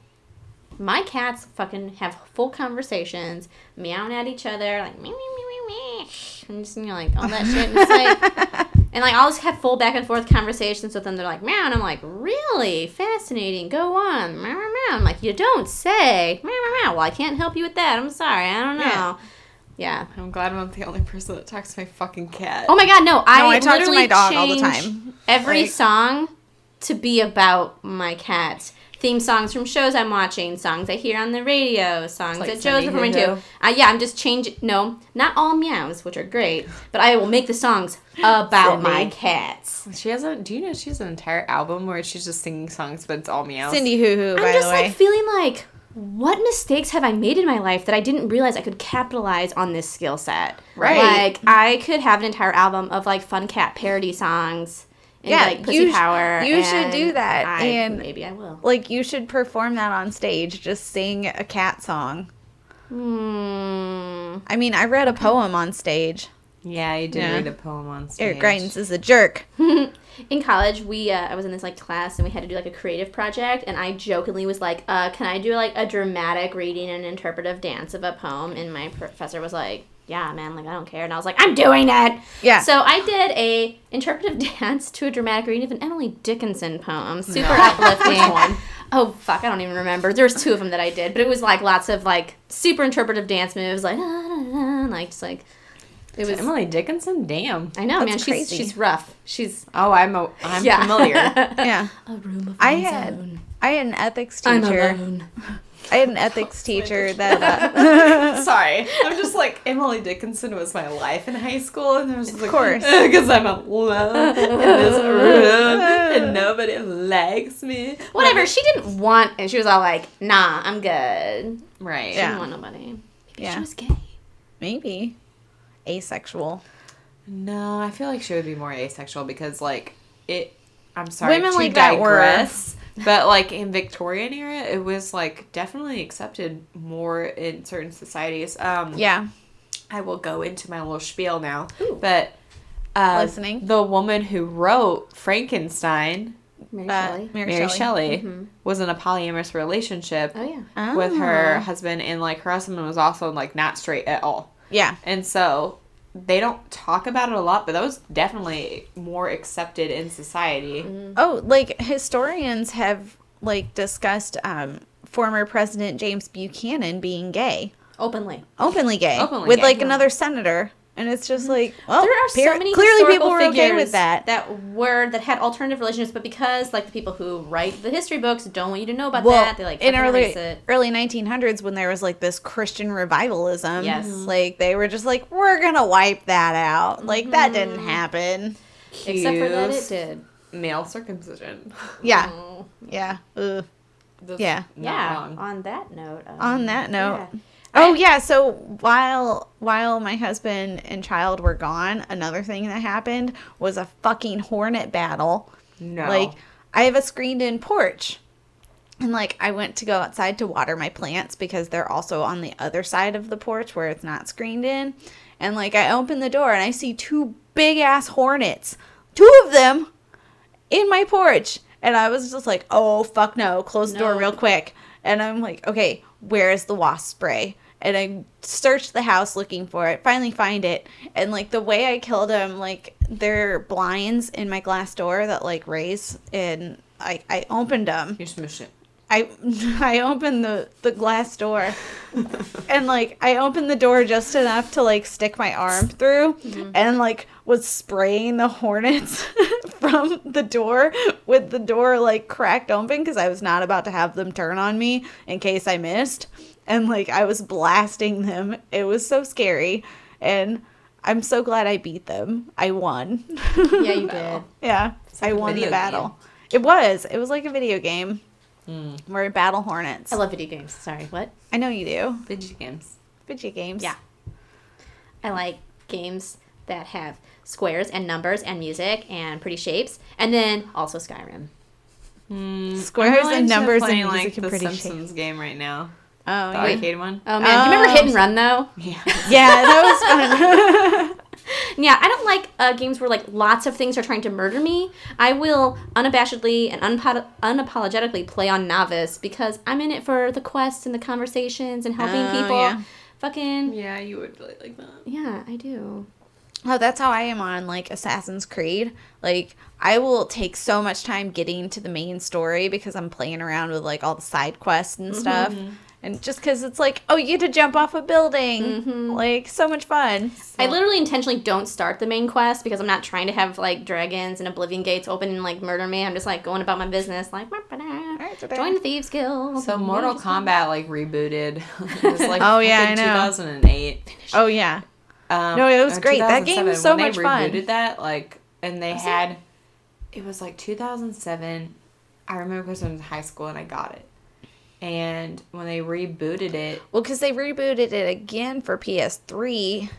my cats fucking have full conversations, meowing at each other, like meow meow meow meow. meow. And just you know, like all that shit. And it's like, and like I'll just have full back and forth conversations with them. They're like meow, and I'm like, really fascinating. Go on, meow meow meow. I'm like, you don't say meow meow meow. Well, I can't help you with that. I'm sorry, I don't
Yeah.
know. Yeah.
I'm glad I'm not the only person that talks to my fucking cat.
Oh my god, no! I,
No, I talk to
literally
my dog all the
change
time.
Every
Like-
song to be about my cat. Theme songs from shows I'm watching, songs I hear on the radio, songs
like
that Joe's
Cindy
referring
Who
to. Uh, yeah, I'm just changing. No, not all meows, which are great, but I will make the songs about
Cindy.
my cats.
She has a, do you know she has an entire album where she's just singing songs, but it's all meows?
Cindy Hoo Hoo, by
I'm
the
just
way.
like feeling like, what mistakes have I made in my life that I didn't realize I could capitalize on this skill set?
Right.
Like I could have an entire album of like fun cat parody songs. And
Yeah,
like pussy
you sh-
power.
you should
and
do that,
I-
and-
maybe I will.
like, you should perform that on stage. Just sing a cat song.
Hmm.
I mean, I read a poem on stage.
Yeah, you did
Yeah.
read a poem on stage.
Eric Greitens is a jerk.
In college, we uh, I was in this like class and we had to do like a creative project, and I jokingly was like, uh, "Can I do like a dramatic reading and interpretive dance of a poem?" And my professor was like, "Yeah, man, like I don't care," and I was like, "I'm doing it."
Yeah.
So I did a interpretive dance to a dramatic reading of an Emily Dickinson poem. Super
No.
uplifting one. Oh fuck, I don't even remember. There's two of them that I did, but it was like lots of like super interpretive dance moves, like "Ah, da, da," like just like it was.
Emily Dickinson, damn.
I know,
That's
man.
crazy.
She's she's rough. She's
Oh, I'm a, I'm
Yeah.
familiar.
yeah.
a room of
I
one's
had-
own.
I had an ethics teacher. I had an ethics teacher that. Uh,
Sorry, I'm just like Emily Dickinson was my life in high school, and there was like,
course.
because I'm alone in this room and nobody likes me.
Whatever. She didn't want, and she was all like, "Nah, I'm good."
Right.
She
Yeah.
didn't want nobody. Maybe
Yeah.
she was gay.
maybe. Asexual.
No, I feel like she would be more asexual because like it. I'm sorry
Women
to
like that were-
digress, but like in Victorian era, it was like definitely accepted more in certain societies. Um,
Yeah.
I will go into my little spiel now,
Ooh.
but. Uh,
Listening.
The woman who wrote Frankenstein,
Mary
Uh,
Shelley.
Mary,
Mary
Shelley.
Shelley, was in a polyamorous relationship
Oh yeah.
with her
Ah.
husband, and like her husband was also like not straight at all.
Yeah.
And so they don't talk about it a lot, but that was definitely more accepted in society.
Oh, like historians have like discussed um, former President James Buchanan being gay,
Openly.
openly gay,
Openly
with
gay,
like
yeah.
another senator, and it's just like, well,
there are so
par-
many
Oh, clearly
historical
people were
figures
okay with that.
were that had alternative relationships, but because like the people who write the history books don't want you to know about
well,
that, they like
in
fucking
early
erase it.
early 1900s when there was like this Christian revivalism,
Yes.
like they were just like, we're gonna wipe that out, like that didn't
Mm-hmm.
happen.
Except for that, it
Cues.
did.
Male circumcision.
Yeah,
Oh.
yeah, Ugh.
That's
Yeah.
Not
yeah.
wrong.
On that note. um,
On that note.
yeah.
Oh yeah, so while while my husband and child were gone, another thing that happened was a fucking hornet battle.
No.
Like I have a screened in porch. And like I went to go outside to water my plants because they're also on the other side of the porch where it's not screened in. And like I open the door and I see two big ass hornets. Two of them in my porch. And I was just like, "Oh fuck no, close the door
No.
real quick." And I'm like, "Okay, where is the wasp spray?" And I searched the house looking for it. Finally find it. And like the way I killed them, like there are blinds in my glass door that like raise and I, I opened them
you smush it.
I I opened the the glass door, and like I opened the door just enough to like stick my arm through, and like was spraying the hornets from the door with the door like cracked open because I was not about to have them turn on me in case I missed, and like I was blasting them. It was so scary, and I'm so glad I beat them. I won.
Yeah, you did.
Yeah, I
like a
won the
video
battle. It was. It was like a video game.
Hmm.
Where battle hornets.
I love video games. Sorry, what?
I know you do.
Video games.
Video games.
Yeah. I like games that have squares and numbers and music and pretty shapes, and then also Skyrim.
Squares and numbers and
playing,
music
like
and
the
pretty
Simpsons game right now.
Oh
The
yeah.
arcade one.
Oh man, do you
Oh.
remember Hit and Run though?
Yeah.
yeah, that was fun.
Yeah, I don't like uh, games where like lots of things are trying to murder me. I will unabashedly and unpo- unapologetically play on novice because I'm in it for the quests and the conversations and helping
Oh,
people.
yeah.
Fucking
yeah, you would play like that.
yeah, I do.
Oh, that's how I am on like Assassin's Creed. Like I will take so much time getting to the main story because I'm playing around with like all the side quests and stuff.
Mm-hmm.
And just because it's like, oh, you get to jump off a building,
Mm-hmm.
like so much fun.
I literally intentionally don't start the main quest because I'm not trying to have like dragons and oblivion gates open and like murder me. I'm just like going about my business, like
right, so
join
there.
the thieves guild.
So Mortal Kombat like rebooted. it was like
Oh, yeah,
fucking
I know.
2008.
Oh yeah,
Um,
No, it was
or
great. That game was
2007,
so
when
much
they
fun.
rebooted that like, and they had it? was like 2007. I remember because I was in high school and I got it. And when they rebooted it,
Well, because they rebooted it again for PS3.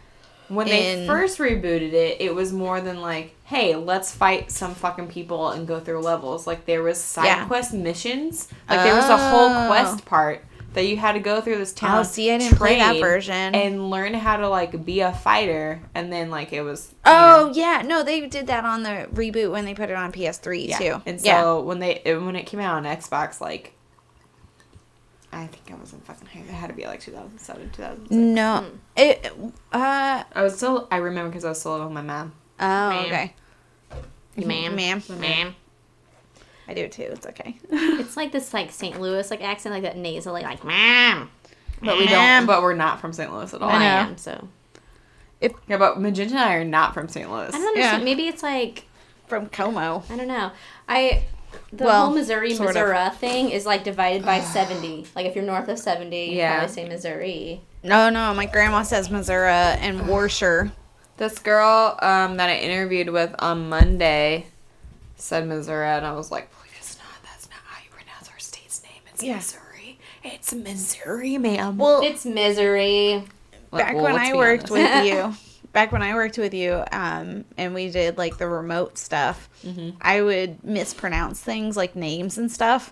when they
in-
first rebooted it, it was more than like, hey, let's fight some fucking people and go through levels. Like there was side
Yeah.
quest missions. Like there was a whole
Oh.
quest part that you had to go through this town.
Oh, see, I didn't play that
train,
version.
And learn how to like be a fighter, and then like it was. you know,
Oh yeah, no, they did that on the reboot when they put it on PS3
yeah.
too.
And so
yeah.
when they it- when it came out on Xbox, like. I think I was in fucking high. It had to be like 2007, 2000.
No,
Hmm.
it. Uh
I was still. I remember because I was still living with my mom.
oh, okay,
ma'am,
ma'am.
ma'am.
I do too. It's okay.
It's like this like St. Louis like accent, like that nasally like ma'am.
But we
Ma'am.
don't. But we're not from St. Louis at all.
I
Oh, know.
am so.
Yeah, but Magenta and I are not from St. Louis.
I don't understand.
Yeah.
Maybe it's like
From Como.
I don't know. I the
Well,
whole Missouri
sort of.
Missouri thing is like divided by seventy. Like if you're north of seventy, you
Yeah.
probably say Missouri.
No, no, my grandma says Missouri and Worcester.
This girl um, that I interviewed with on Monday said Missouri, and I was like, please not. That's not how you pronounce our state's name. It's
Yeah.
Missouri. It's Missouri, ma'am.
Well,
It's misery.
Like,
back
well,
when
let's
I
be
worked
honest.
with you, back when I worked with you, um, and we did like the remote stuff,
Mm-hmm.
I would mispronounce things like names and stuff.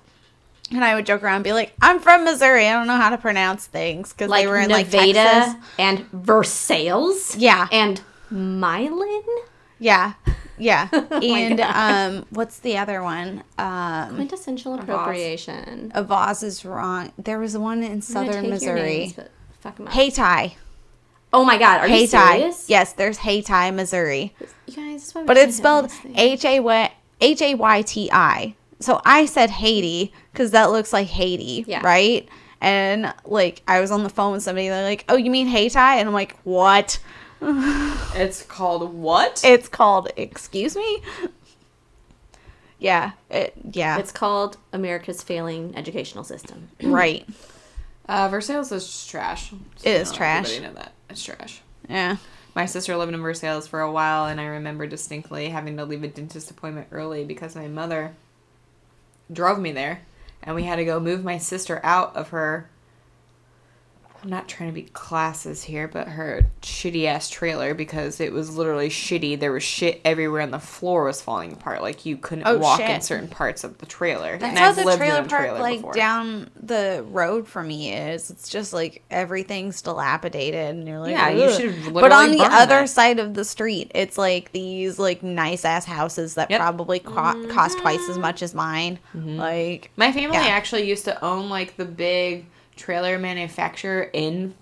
And I would joke around and be like, I'm from Missouri. I don't know how to pronounce things because
Like
they were in like
Nevada
Texas.
and Versailles.
Yeah.
And Milan.
Yeah. Yeah.
Oh
and
God.
um, what's the other one? Um,
Quintessential appropriation.
Avaz is wrong. There was one in
I'm gonna
southern
take your names,
Missouri.
but fuck 'em up.
Hayti.
Oh my God! Are you
Hayti.
serious?
Yes, there's Hayti, Missouri.
You guys, this is why we
But
can't have
it's spelled
nice things.
H A Y H A Y T I. So I said Haiti because that looks like Haiti,
Yeah.
right? And like I was on the phone with somebody, they're like, "Oh, you mean Haiti?" And I'm like, "What?
It's called what?
It's called excuse me." Yeah, it, yeah,
It's called America's failing educational system.
right.
uh, Versailles is just trash. Just
It is
let
trash.
everybody know that. It's trash.
Yeah,
My sister lived in Versailles for a while, and I remember distinctly having to leave a dentist appointment early because my mother drove me there, and we had to go move my sister out of her I'm not trying to be classes here, but her shitty ass trailer because it was literally shitty. There was shit everywhere, and the floor was falling apart. Like you couldn't
Oh,
walk in
shit.
certain parts of the trailer.
That's
And
how
I've
the
lived in
trailer
a
park, like
before.
down the road from me, is. It's just like everything's dilapidated, and you're like,
Yeah, you
"Ugh."
should have
But on
literally
the
burned
other
that.
side of the street, it's like these like nice ass houses that
Yep. Mm-hmm.
probably co- cost twice as much as mine. Like,
My family
Yeah.
actually used to own like the big trailer manufacturer in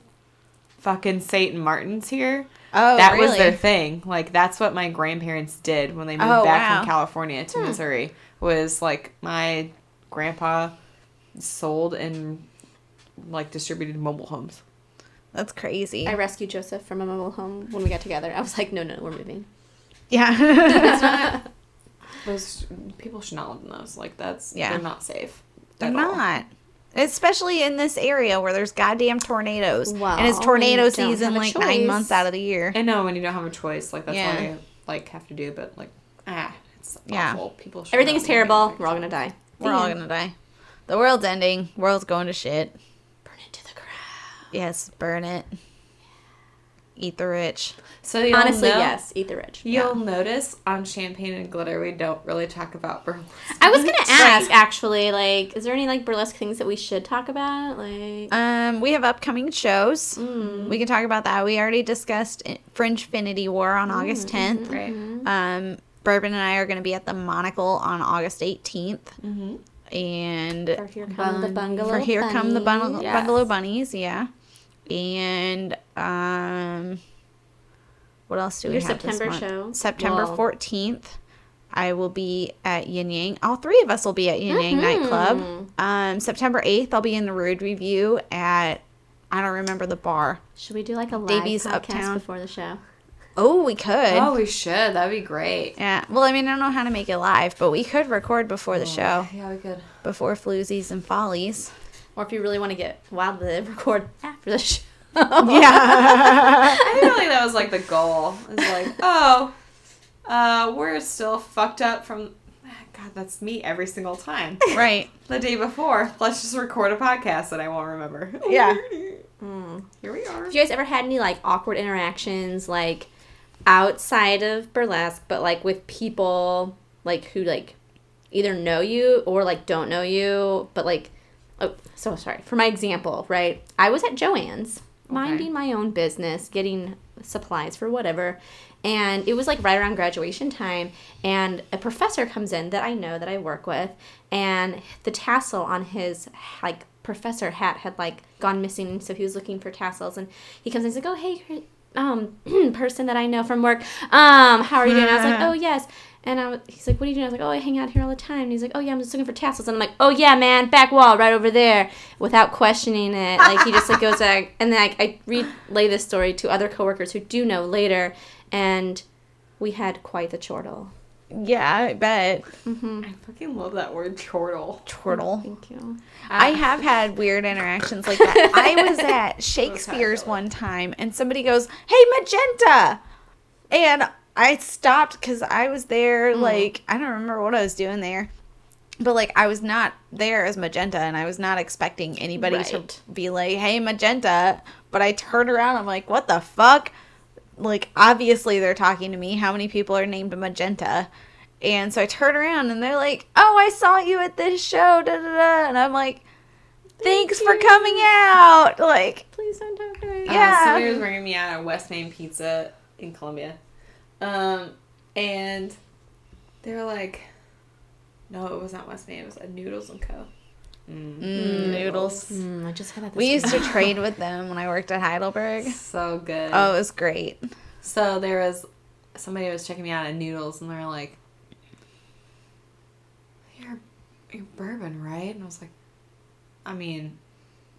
fucking St. Martin's here.
oh,
that was
really?
their thing. Like that's what my grandparents did when they moved
Oh,
back
wow.
from California to Missouri. Was like my grandpa sold and like distributed mobile homes.
That's crazy.
I rescued Joseph from a mobile home when we got together. I was like, no, no, we're moving.
yeah.
Those people should not live in those. Like that's
Yeah.
they're not safe.
They're
at all.
not. Especially in this area where there's goddamn tornadoes. and it's
Well,
tornado
you don't have
season
a
like
choice.
nine months out of the year.
I know when you don't have a choice, like that's
Yeah.
what you like have to do. But like ah, it's
Yeah.
awful. People. Should
Everything's
not be
terrible.
manufacturing.
We're all gonna die.
We're
The
all
end.
gonna die. The world's ending. World's going to shit.
burn it to the ground.
Yes, burn it. Eat the rich.
So you'll
Honestly,
know-
yes, eat the rich.
You'll notice on Champagne and Glitter we don't really talk about Berlin.
I was gonna ask actually, like, is there any like burlesque things that we should talk about? Like,
Um, we have upcoming shows. We can talk about that. We already discussed I- Fringe Finity War on August 10th.
Right.
Mm-hmm.
Um, Bourbon and I are going to be at the Monocle on August 18th.
Mm-hmm.
And
or here come the bungalow.
Um, for Here Come the
bunny.
bungalow,
Yes.
bungalow Bunnies, yeah. And um, what else do we
Your
have this
September
month?
show.
September
Well-
14th, I will be at Yin Yang. All three of us will be at Yin Yang
Mm-hmm.
Nightclub. Um, September 8th, I'll be in the Rude Review at, I don't remember the bar.
Should we do like a live
Davies
podcast
Uptown.
before the show?
Oh, we could.
Oh, we should. That'd be great.
Yeah. Well, I mean, I don't know how to make it live, but we could record
Oh.
before the show,
Yeah, we could.
before Floozies and Follies.
Or if you really want to get wild with it, record after the show.
Yeah.
I feel like that was like the goal. It's like, oh, uh, we're still fucked up from. ah, God, that's me every single time.
right.
The day before, let's just record a podcast that I won't remember.
Yeah.
Here we are.
Have you guys ever had any like awkward interactions, like outside of burlesque, but like with people like who like either know you or like don't know you, but like oh, so sorry. For my example, right? I was at Joann's, minding my own business, getting supplies for whatever, and it was like right around graduation time, and a professor comes in that I know that I work with, and the tassel on his like professor hat had like gone missing and so he was looking for tassels and he comes in and he's like oh hey um person that i know from work um how are you doing i was like oh yes and I was, he's like, "What are you doing?" I was like, "Oh, I hang out here all the time." And he's like, "Oh yeah, I'm just looking for tassels." And I'm like, "Oh yeah, man, back wall, right over there," without questioning it. Like he just like goes back, and then I, I relay this story to other coworkers who do know later, and we had quite the chortle.
Yeah, I bet.
Mm.
I fucking love that word, chortle.
Chortle.
Thank you.
I have had weird interactions like that. I was at Shakespeare's one time and somebody goes, Hey, Magenta! And I stopped because I was there, like, I don't remember what I was doing there. But, like, I was not there as Magenta and I was not expecting anybody
Right.
to be like, Hey, Magenta. But I turned around, I'm like, What the fuck? Like, obviously they're talking to me. How many people are named Magenta? And so I turn around and they're like, "Oh, I saw you at this show." Da, da, da. And I'm like, "Thanks for coming out." Like,
Please don't talk to me.
Yeah.
Uh, somebody was bringing me out at West Main Pizza in Columbia. Um, and they were like, no, it was not West Main. It was a Noodles and Co.
mm, noodles.
Mm, I just had that. This
We used
morning.
to trade with them when I worked at Heidelberg.
So good.
Oh, it was great.
So there was somebody was checking me out at Noodles, and they were like, "You're you're bourbon, right?" And I was like, "I mean,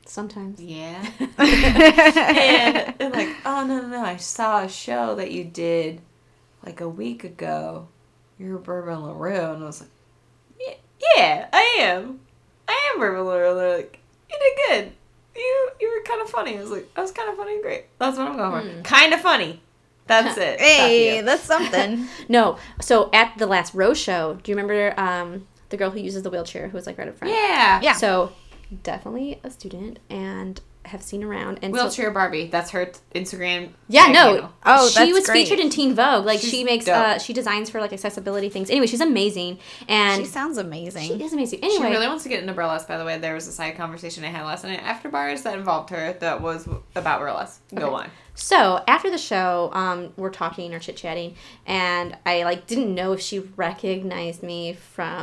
sometimes.
yeah." and they're like, "Oh no, no, no! I saw a show that you did like a week ago. You're bourbon Larue," and I was like, "Yeah, yeah I am. I am bourbon Larue." They're like, "You did good." You, you were kind of funny. I was like, I was kind of funny and great. That's what I'm going for. Kind of funny. That's it. Fuck you.
Hey, that's something.
No, so at the last row show, do you remember um, the girl who uses the wheelchair who was like right up front?
Yeah.
Yeah.
So definitely a student and have seen around. And so-
Wheelchair Barbie. That's her t- Instagram.
yeah,
tag
no.
handle.
Oh,
she
that's
was
great.
featured in Teen Vogue. Like
She's
she makes,
dope.
uh, she designs for like accessibility things. Anyway, she's amazing, and
she sounds amazing.
she is amazing.
She
Anyway,
really wants to get into burlesque. By the way, there was a side conversation I had last night after bars that involved her that was about burlesque. Go on.
So after the show, um, we're talking or chit chatting, and I like didn't know if she recognized me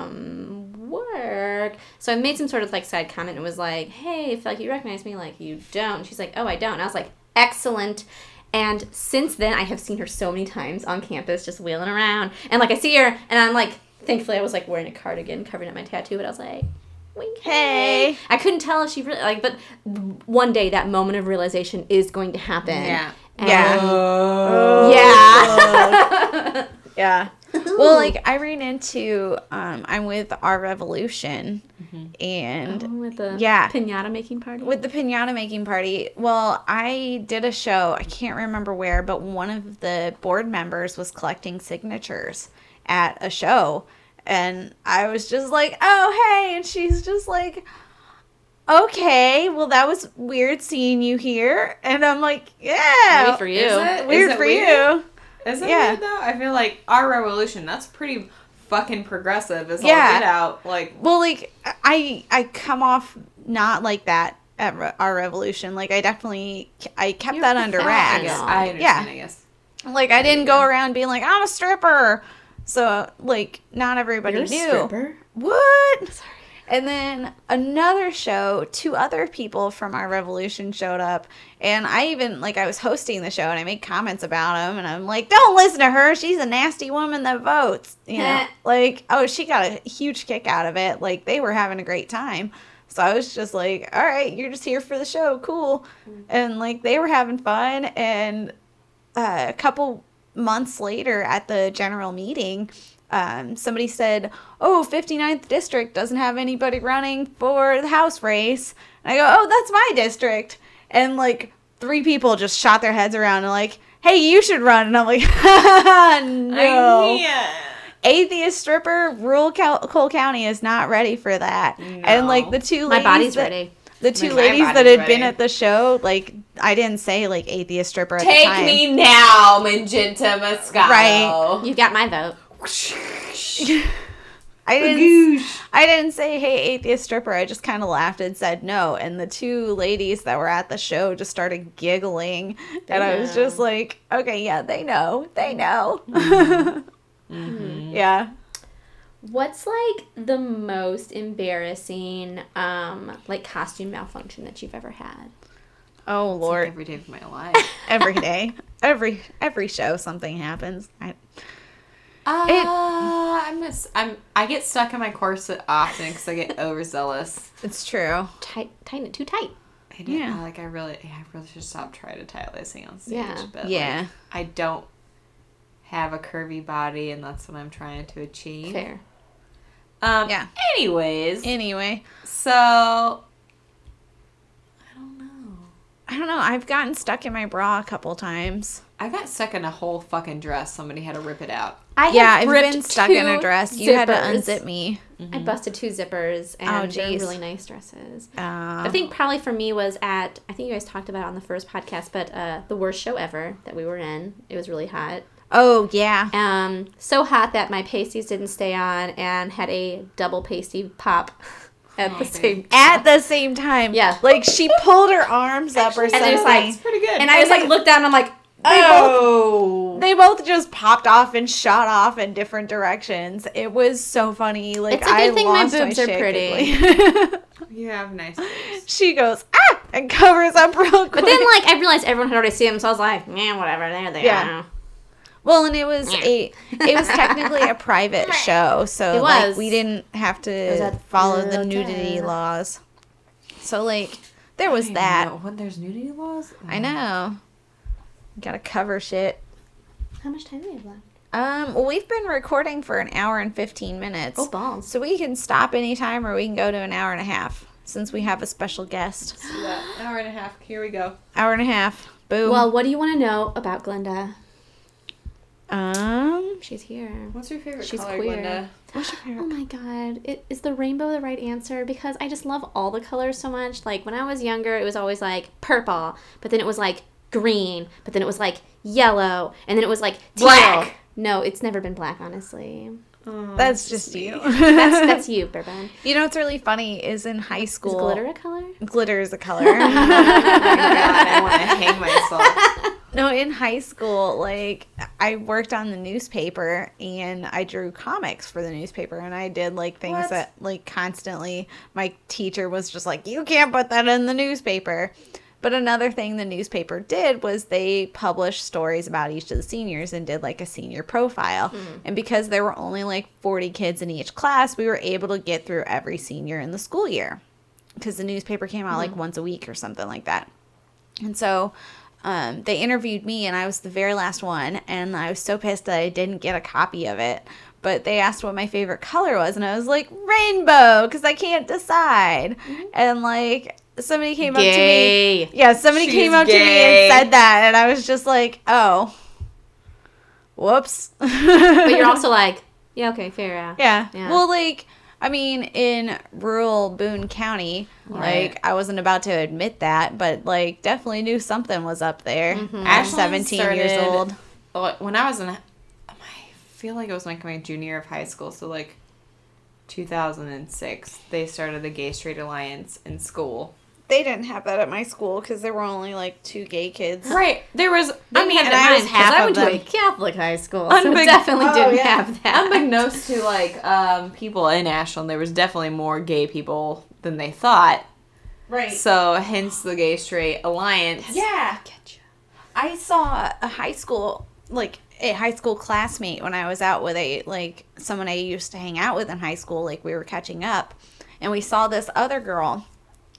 from work. So I made some sort of like side comment and was like, "Hey, if like you recognize me, like you don't." She's like, "Oh, I don't." And I was like, "Excellent." And since then, I have seen her so many times on campus, just wheeling around, and like I see her, and I'm like, thankfully, I was like wearing a cardigan covering up my tattoo, but I was like. Wink,
Hey.
hey. I couldn't tell if she really like, but one day that moment of realization is going to happen.
Yeah.
And-
Yeah. Uh,
Oh.
Yeah.
Yeah. Well, like I ran into um I'm with Our Revolution
Mm-hmm.
and
With the
Yeah.
pinata making party.
with the pinata making party. Well, I did a show, I can't remember where, but one of the board members was collecting signatures at a show and I was just like, "Oh, hey." And she's just like, "Okay, well that was weird seeing you here." And I'm like, "Yeah."
Wait for you.
Is it?
Weird
Is it
for
weird?
you.
Is it
Yeah.
weird though? I feel like our revolution. That's pretty fucking progressive. Is all
Yeah.
get out. Like
well like i i come off not like that at re- our revolution like i definitely i kept
You're
that under
I,
professional.
guess,
wraps
I
Yeah.
understand. I guess.
like i didn't go around being like i'm a stripper so like not everybody
You're a
knew
stripper?
what sorry and then another show two other people from our revolution showed up and i even like i was hosting the show and i made comments about them and i'm like don't listen to her she's a nasty woman that votes you know like oh she got a huge kick out of it like they were having a great time so i was just like all right you're just here for the show cool and like they were having fun and uh, a couple months later at the general meeting, um, somebody said, Oh, 59th district doesn't have anybody running for the House race. And I go, Oh, that's my district. And like three people just shot their heads around and like, Hey, you should run. And I'm like, No.
Yeah.
Atheist stripper, rural Col- Cole County is not ready for that. And like
No.
the two
My
ladies.
body's
that-
ready.
The two
My
ladies that
body's
had been
ready.
at the show, like, I didn't say like atheist stripper at the time.
Take me now, Magenta Moscato.
Right.
You've got my vote.
I didn't,
Goosh.
I didn't say, hey, atheist stripper. I just kind of laughed and said no. And the two ladies that were at the show just started giggling. and I was
know.
just like, okay, yeah, they know. They know.
Mm-hmm.
Yeah.
What's like the most embarrassing um like costume malfunction that you've ever had?
Oh, Lord.
Every day of my life.
every day. Every every show something happens. I,
Uh, I'm, a, I'm I get stuck in my corset often because I get overzealous.
it's true.
Tight, tighten it too tight.
I do, yeah.
Yeah.
like I really, I really should stop trying to tie lacing on stage.
Yeah.
But like,
Yeah.
I don't have a curvy body, and that's what I'm trying to achieve.
Fair.
Um,
Yeah.
Anyways,
Anyway,
so I don't know.
I don't know. I've gotten stuck in my bra a couple times.
I got stuck in a whole fucking dress. Somebody had to rip it out.
I
yeah,
have
I've
ripped
been stuck in a
two
dress. You had to
zippers.
unzip Oh, me.
I busted two zippers and they're
geez.
really nice dresses. I
Uh,
think probably for me was at I think you guys talked about it on the first podcast, but uh, the worst show ever that we were in. It was really hot.
oh, yeah.
Um, so hot that my pasties didn't stay on and had a double pasty pop at
babe.
the same.
at the same time.
Yeah.
Like she pulled her arms up or
And
something.
I was like,
It's pretty good.
and I was like, looked down. and I'm like,
oh. They both just popped off and shot off in different directions. It was so funny. Like
It's a good
I
thing my
lost
boobs are
shit
pretty.
giggling.
you have nice. boobs.
she goes ah and covers up real quick.
but then like I realized everyone had already seen them, so I was like, yeah, whatever. There they
Yeah.
are.
well, and it was a it was technically a private show, so
It
like
was.
we didn't have
was
to
at
follow the
the
nudity
hotel.
laws. So like there
I
was
don't
that.
know. when there's nudity laws?
I know. Gotta cover shit.
How much time do we have left?
Um, well, we've been recording for an hour and 15 minutes.
Oh balls!
So we can stop anytime or we can go to an hour and a half since we have a special guest.
So that hour and a half. Here we go.
Hour and a half. Boom.
Well, what do you want to know about Glinda?
Um,
She's here.
What's your favorite
She's
color,
queer.
Gwenda?
what's your favorite?
Oh my god. It, is the rainbow the right answer? Because I just love all the colors so much. Like when I was younger, it was always like purple, but then it was like green, but then it was like yellow, and then it was like teal.
Black!
No, it's never been black, honestly.
That's just you.
That's that's you, Bourbon.
you know what's really funny is in high
Is
school.
glitter a color?
Glitter is a color.
Oh my God, I want to hang myself.
no, in high school, like I worked on the newspaper and I drew comics for the newspaper and I did like things
What?
that like constantly my teacher was just like, You can't put that in the newspaper. But another thing the newspaper did was they published stories about each of the seniors and did like a senior profile. And because there were only like 40 kids in each class, we were able to get through every senior in the school year because the newspaper came out like once a week or something like that. And so um, they interviewed me, and I was the very last one. And I was so pissed that I didn't get a copy of it. But they asked what my favorite color was, and I was like, rainbow, because I can't decide. And like, somebody came up to me.
Mm-hmm. Gay.
Yeah, somebody
She's
came up to me
gay.
and said that, and I was just like, oh, whoops.
But you're also like, yeah, okay, fair. Yeah.
Yeah.
Yeah.
Well, like, I mean, in rural Boone County,
Right.
like, I wasn't about to admit that, but, like, definitely knew something was up there. At
Ashland
17 years
started-
old.
Well, Oh, When I was in, um, I feel like it was like my junior of high school, so like 2006, they started the Gay Straight Alliance in school.
They didn't have that at my school because there were only, like, two gay kids.
Right. There was, I mean,
have
and
that
I was
mine, 'cause
half
I
of
went to a
them.
Catholic high school, so
Unbig-
definitely
Oh,
didn't
yeah.
have that.
unbeknownst to like um, people in Ashland, there was definitely more gay people than they thought.
Right.
So hence the Gay Straight Alliance.
yeah. I saw a high school, like, a high school classmate when I was out with a, like, someone I used to hang out with in high school. Like, we were catching up, and we saw this other girl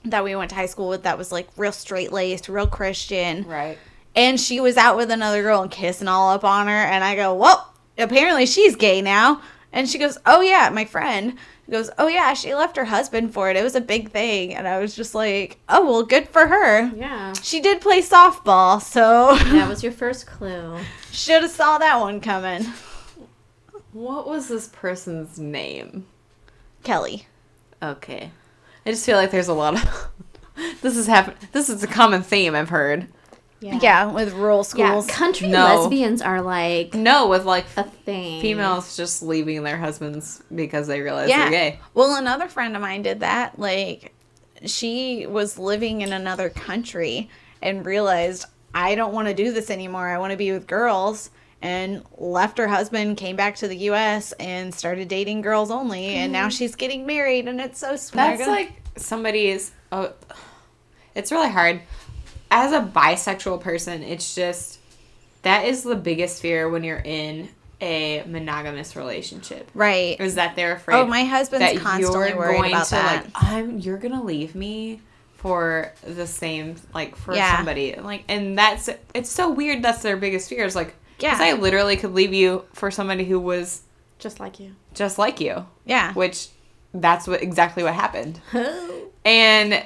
that we went to high school with that was, like, real straight laced, real Christian.
Right.
and she was out with another girl and kissing all up on her and i go well apparently she's gay now and she goes oh yeah my friend goes oh yeah she left her husband for it it was a big thing and i was just like oh well good for her
yeah.
she did play softball so
That was your first clue.
should have saw that one coming
What was this person's name?
kelly
Okay. I just feel like there's a lot of. this is happen. This is a common theme I've heard.
yeah, with rural
Yeah,
schools
country
No.
lesbians are like
No, with like
a thing.
females just leaving their husbands because they realize
yeah. Oh
they're gay.
Well, another friend of mine did that. Like, she was living in another country and realized, I don't want to do this anymore. I want to be with girls. And left her husband, came back to the U.S., and started dating girls only. And now she's getting married, and it's so sweet.
That's like somebody's. Oh, it's really hard. As a bisexual person, it's just that is the biggest fear when you're in a monogamous relationship.
right.
Is that they're afraid?
Oh, my husband's constantly worried about that.
like I'm you're gonna leave me for the same like for
Yeah.
somebody like and that's it's so weird that's their biggest fear is like
Yeah.
because I literally could leave you for somebody who was
just like you.
just like you
yeah.
which that's what exactly what happened and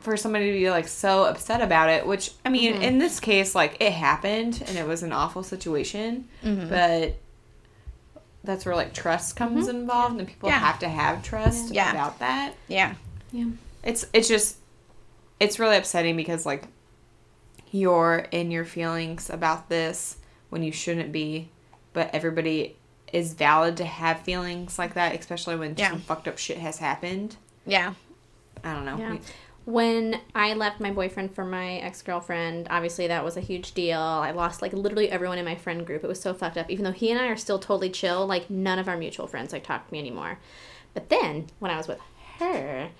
for somebody to be like so upset about it which I mean
Mm-hmm.
in this case like it happened and it was an awful situation
Mm-hmm.
but that's where like trust comes involved and people
Mm-hmm. Yeah.
have to have trust
Yeah.
about that
yeah.
Yeah.
it's it's just it's really upsetting because like you're in your feelings about this when you shouldn't be but everybody is valid to have feelings like that especially when
Yeah.
some fucked up shit has happened
Yeah.
i don't know
Yeah. When I left my boyfriend for my ex girlfriend, obviously that was a huge deal. I lost like literally everyone in my friend group. It was so fucked up. Even though he and I are still totally chill, like none of our mutual friends like talk to me anymore. But then when I was with her,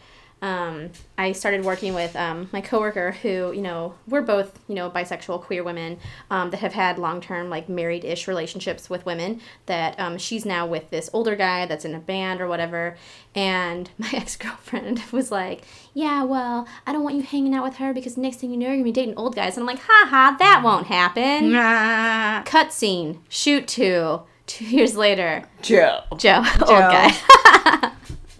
um, I started working with um, my coworker who, you know, we're both, you know, bisexual queer women um, that have had long term, like married ish relationships with women. That um, she's now with this older guy that's in a band or whatever. And my ex girlfriend was like, Yeah, well, I don't want you hanging out with her because next thing you know, you're going to be dating old guys. And I'm like, Ha ha, that won't happen.
Nah.
Cutscene, shoot two. Two years later,
joe
Joe, old guy.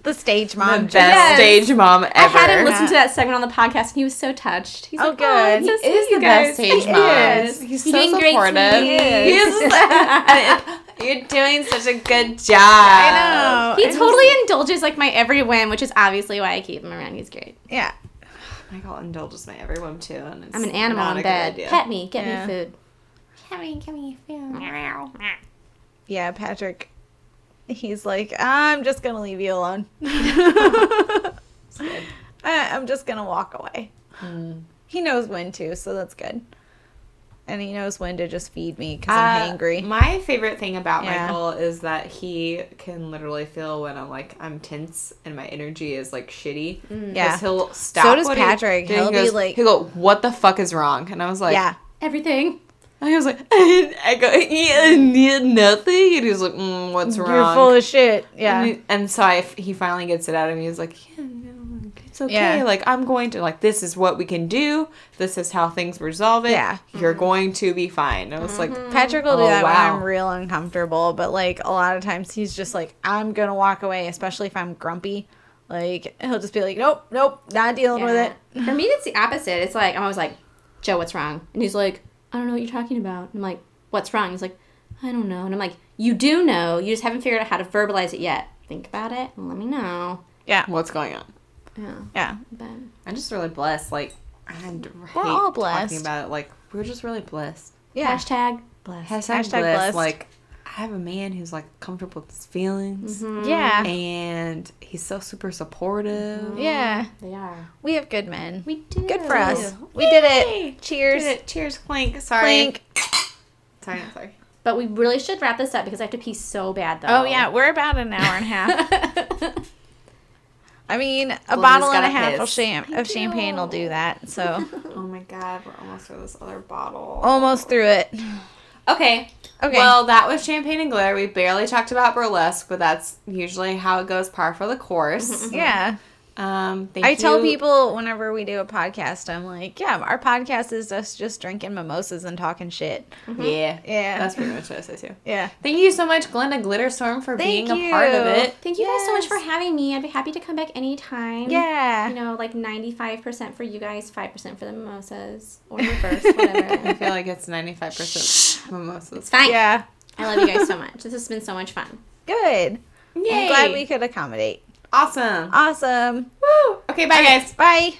the stage
The
mom.
best
joke.
Yes.
stage mom ever.
I had him listen
Yeah.
to that segment on the podcast, and he was so touched. He's
Oh,
like, "Oh,
good.
it's so
He is
sweet,
the
you
best
guys."
stage
He
mom.
is.
He's
You're
so
doing great,
supportive.
sweetie.
He
He is I mean, You're doing such a good job.
I
I
know.
He
I just-
totally indulges like my every whim, which is obviously why I keep him around. He's great.
Yeah.
Michael indulges my every whim too, and it's
I'm an animal
not
in
a good
bed.
idea.
Pet me, get
Yeah.
me food.
Yeah, Patrick. He's like, I'm just gonna leave you alone. I, I'm just gonna walk away.
Hmm.
He knows when to, so that's good. And he knows when to just feed me because I'm
Uh,
hangry.
My favorite thing about
Yeah.
Michael is that he can literally feel when I'm like I'm tense and my energy is like shitty.
Mm. Yeah.
'Cause he'll stop.
So does
what he-
Patrick.
doing, He,
He'll be
goes,
like-
he'll go, "What the fuck is wrong?" And I was like,
yeah,
Everything.
I was like, I go, yeah, yeah, nothing. And he's like, mm, what's wrong?
you're full of shit.
And,
Yeah,
he- and so I, he finally gets it out of me. He's like, yeah, no, it's okay.
Yeah.
Like, I'm going to, like, this is what we can do. This is how things resolve it.
Yeah. Mm-hmm.
You're going to be fine. I was like,
Patrick will do
Oh,
that
wow.
when I'm real uncomfortable. But like a lot of times, he's just like, I'm gonna walk away, especially if I'm grumpy. Like he'll just be like, Nope, nope, not dealing with it.
Yeah. For me, it's the opposite. It's like I'm always like, Joe, what's wrong? And he's like, I don't know what you're talking about. I'm like, what's wrong? He's like, I don't know. And I'm like, you do know. You just haven't figured out how to verbalize it yet. Think about it and let me know.
Yeah,
what's going on?
Yeah,
yeah.
but
I'm just really blessed. Like, I hate
all
talking
blessed.
about it. Like, we're just really blessed.
Yeah.
hashtag blessed.
Hashtag,
Hashtag
blessed.
blessed.
Like, I have a man who's like comfortable with his feelings,
Yeah.
Mm. and he's so super supportive.
Mm-hmm. Yeah.
they are.
We have good men.
We do.
Good for us. We did it. Cheers.
Did it. Cheers, Clink. Sorry.
Clink.
Sorry, sorry.
But we really should wrap this up because I have to pee so bad though.
Oh yeah, we're about an hour and a half. I mean, a
Linda's
bottle and
gotta
a half of,
piss.
sham- of champagne will do that. So
Oh my god, we're almost through this other bottle.
almost through it.
Okay.
Okay.
Well, that was Champagne and Glitter. We barely talked about burlesque, but that's usually how it goes par for the
Mm-hmm,
course.
yeah.
Um, thank
I tell
you-
people whenever we do a podcast, I'm like, yeah, our podcast is us just drinking mimosas and talking shit.
Yeah.
Yeah.
That's pretty much what I say too.
yeah.
Thank you so much, Glenda Glitterstorm, for
Thank
being a part of
you.
it.
Thank you guys so much
Yes.
for having me. I'd be happy to come back anytime.
Yeah.
You know, like 95% for you guys, 5% for the mimosas, or reverse, whatever.
I feel like it's 95%
it's
mimosas.
fine.
Yeah.
I love you guys so much. This has been so much fun.
Good.
Yay.
I'm glad we could accommodate.
Awesome.
Awesome.
Woo. Okay, bye guys.
Bye.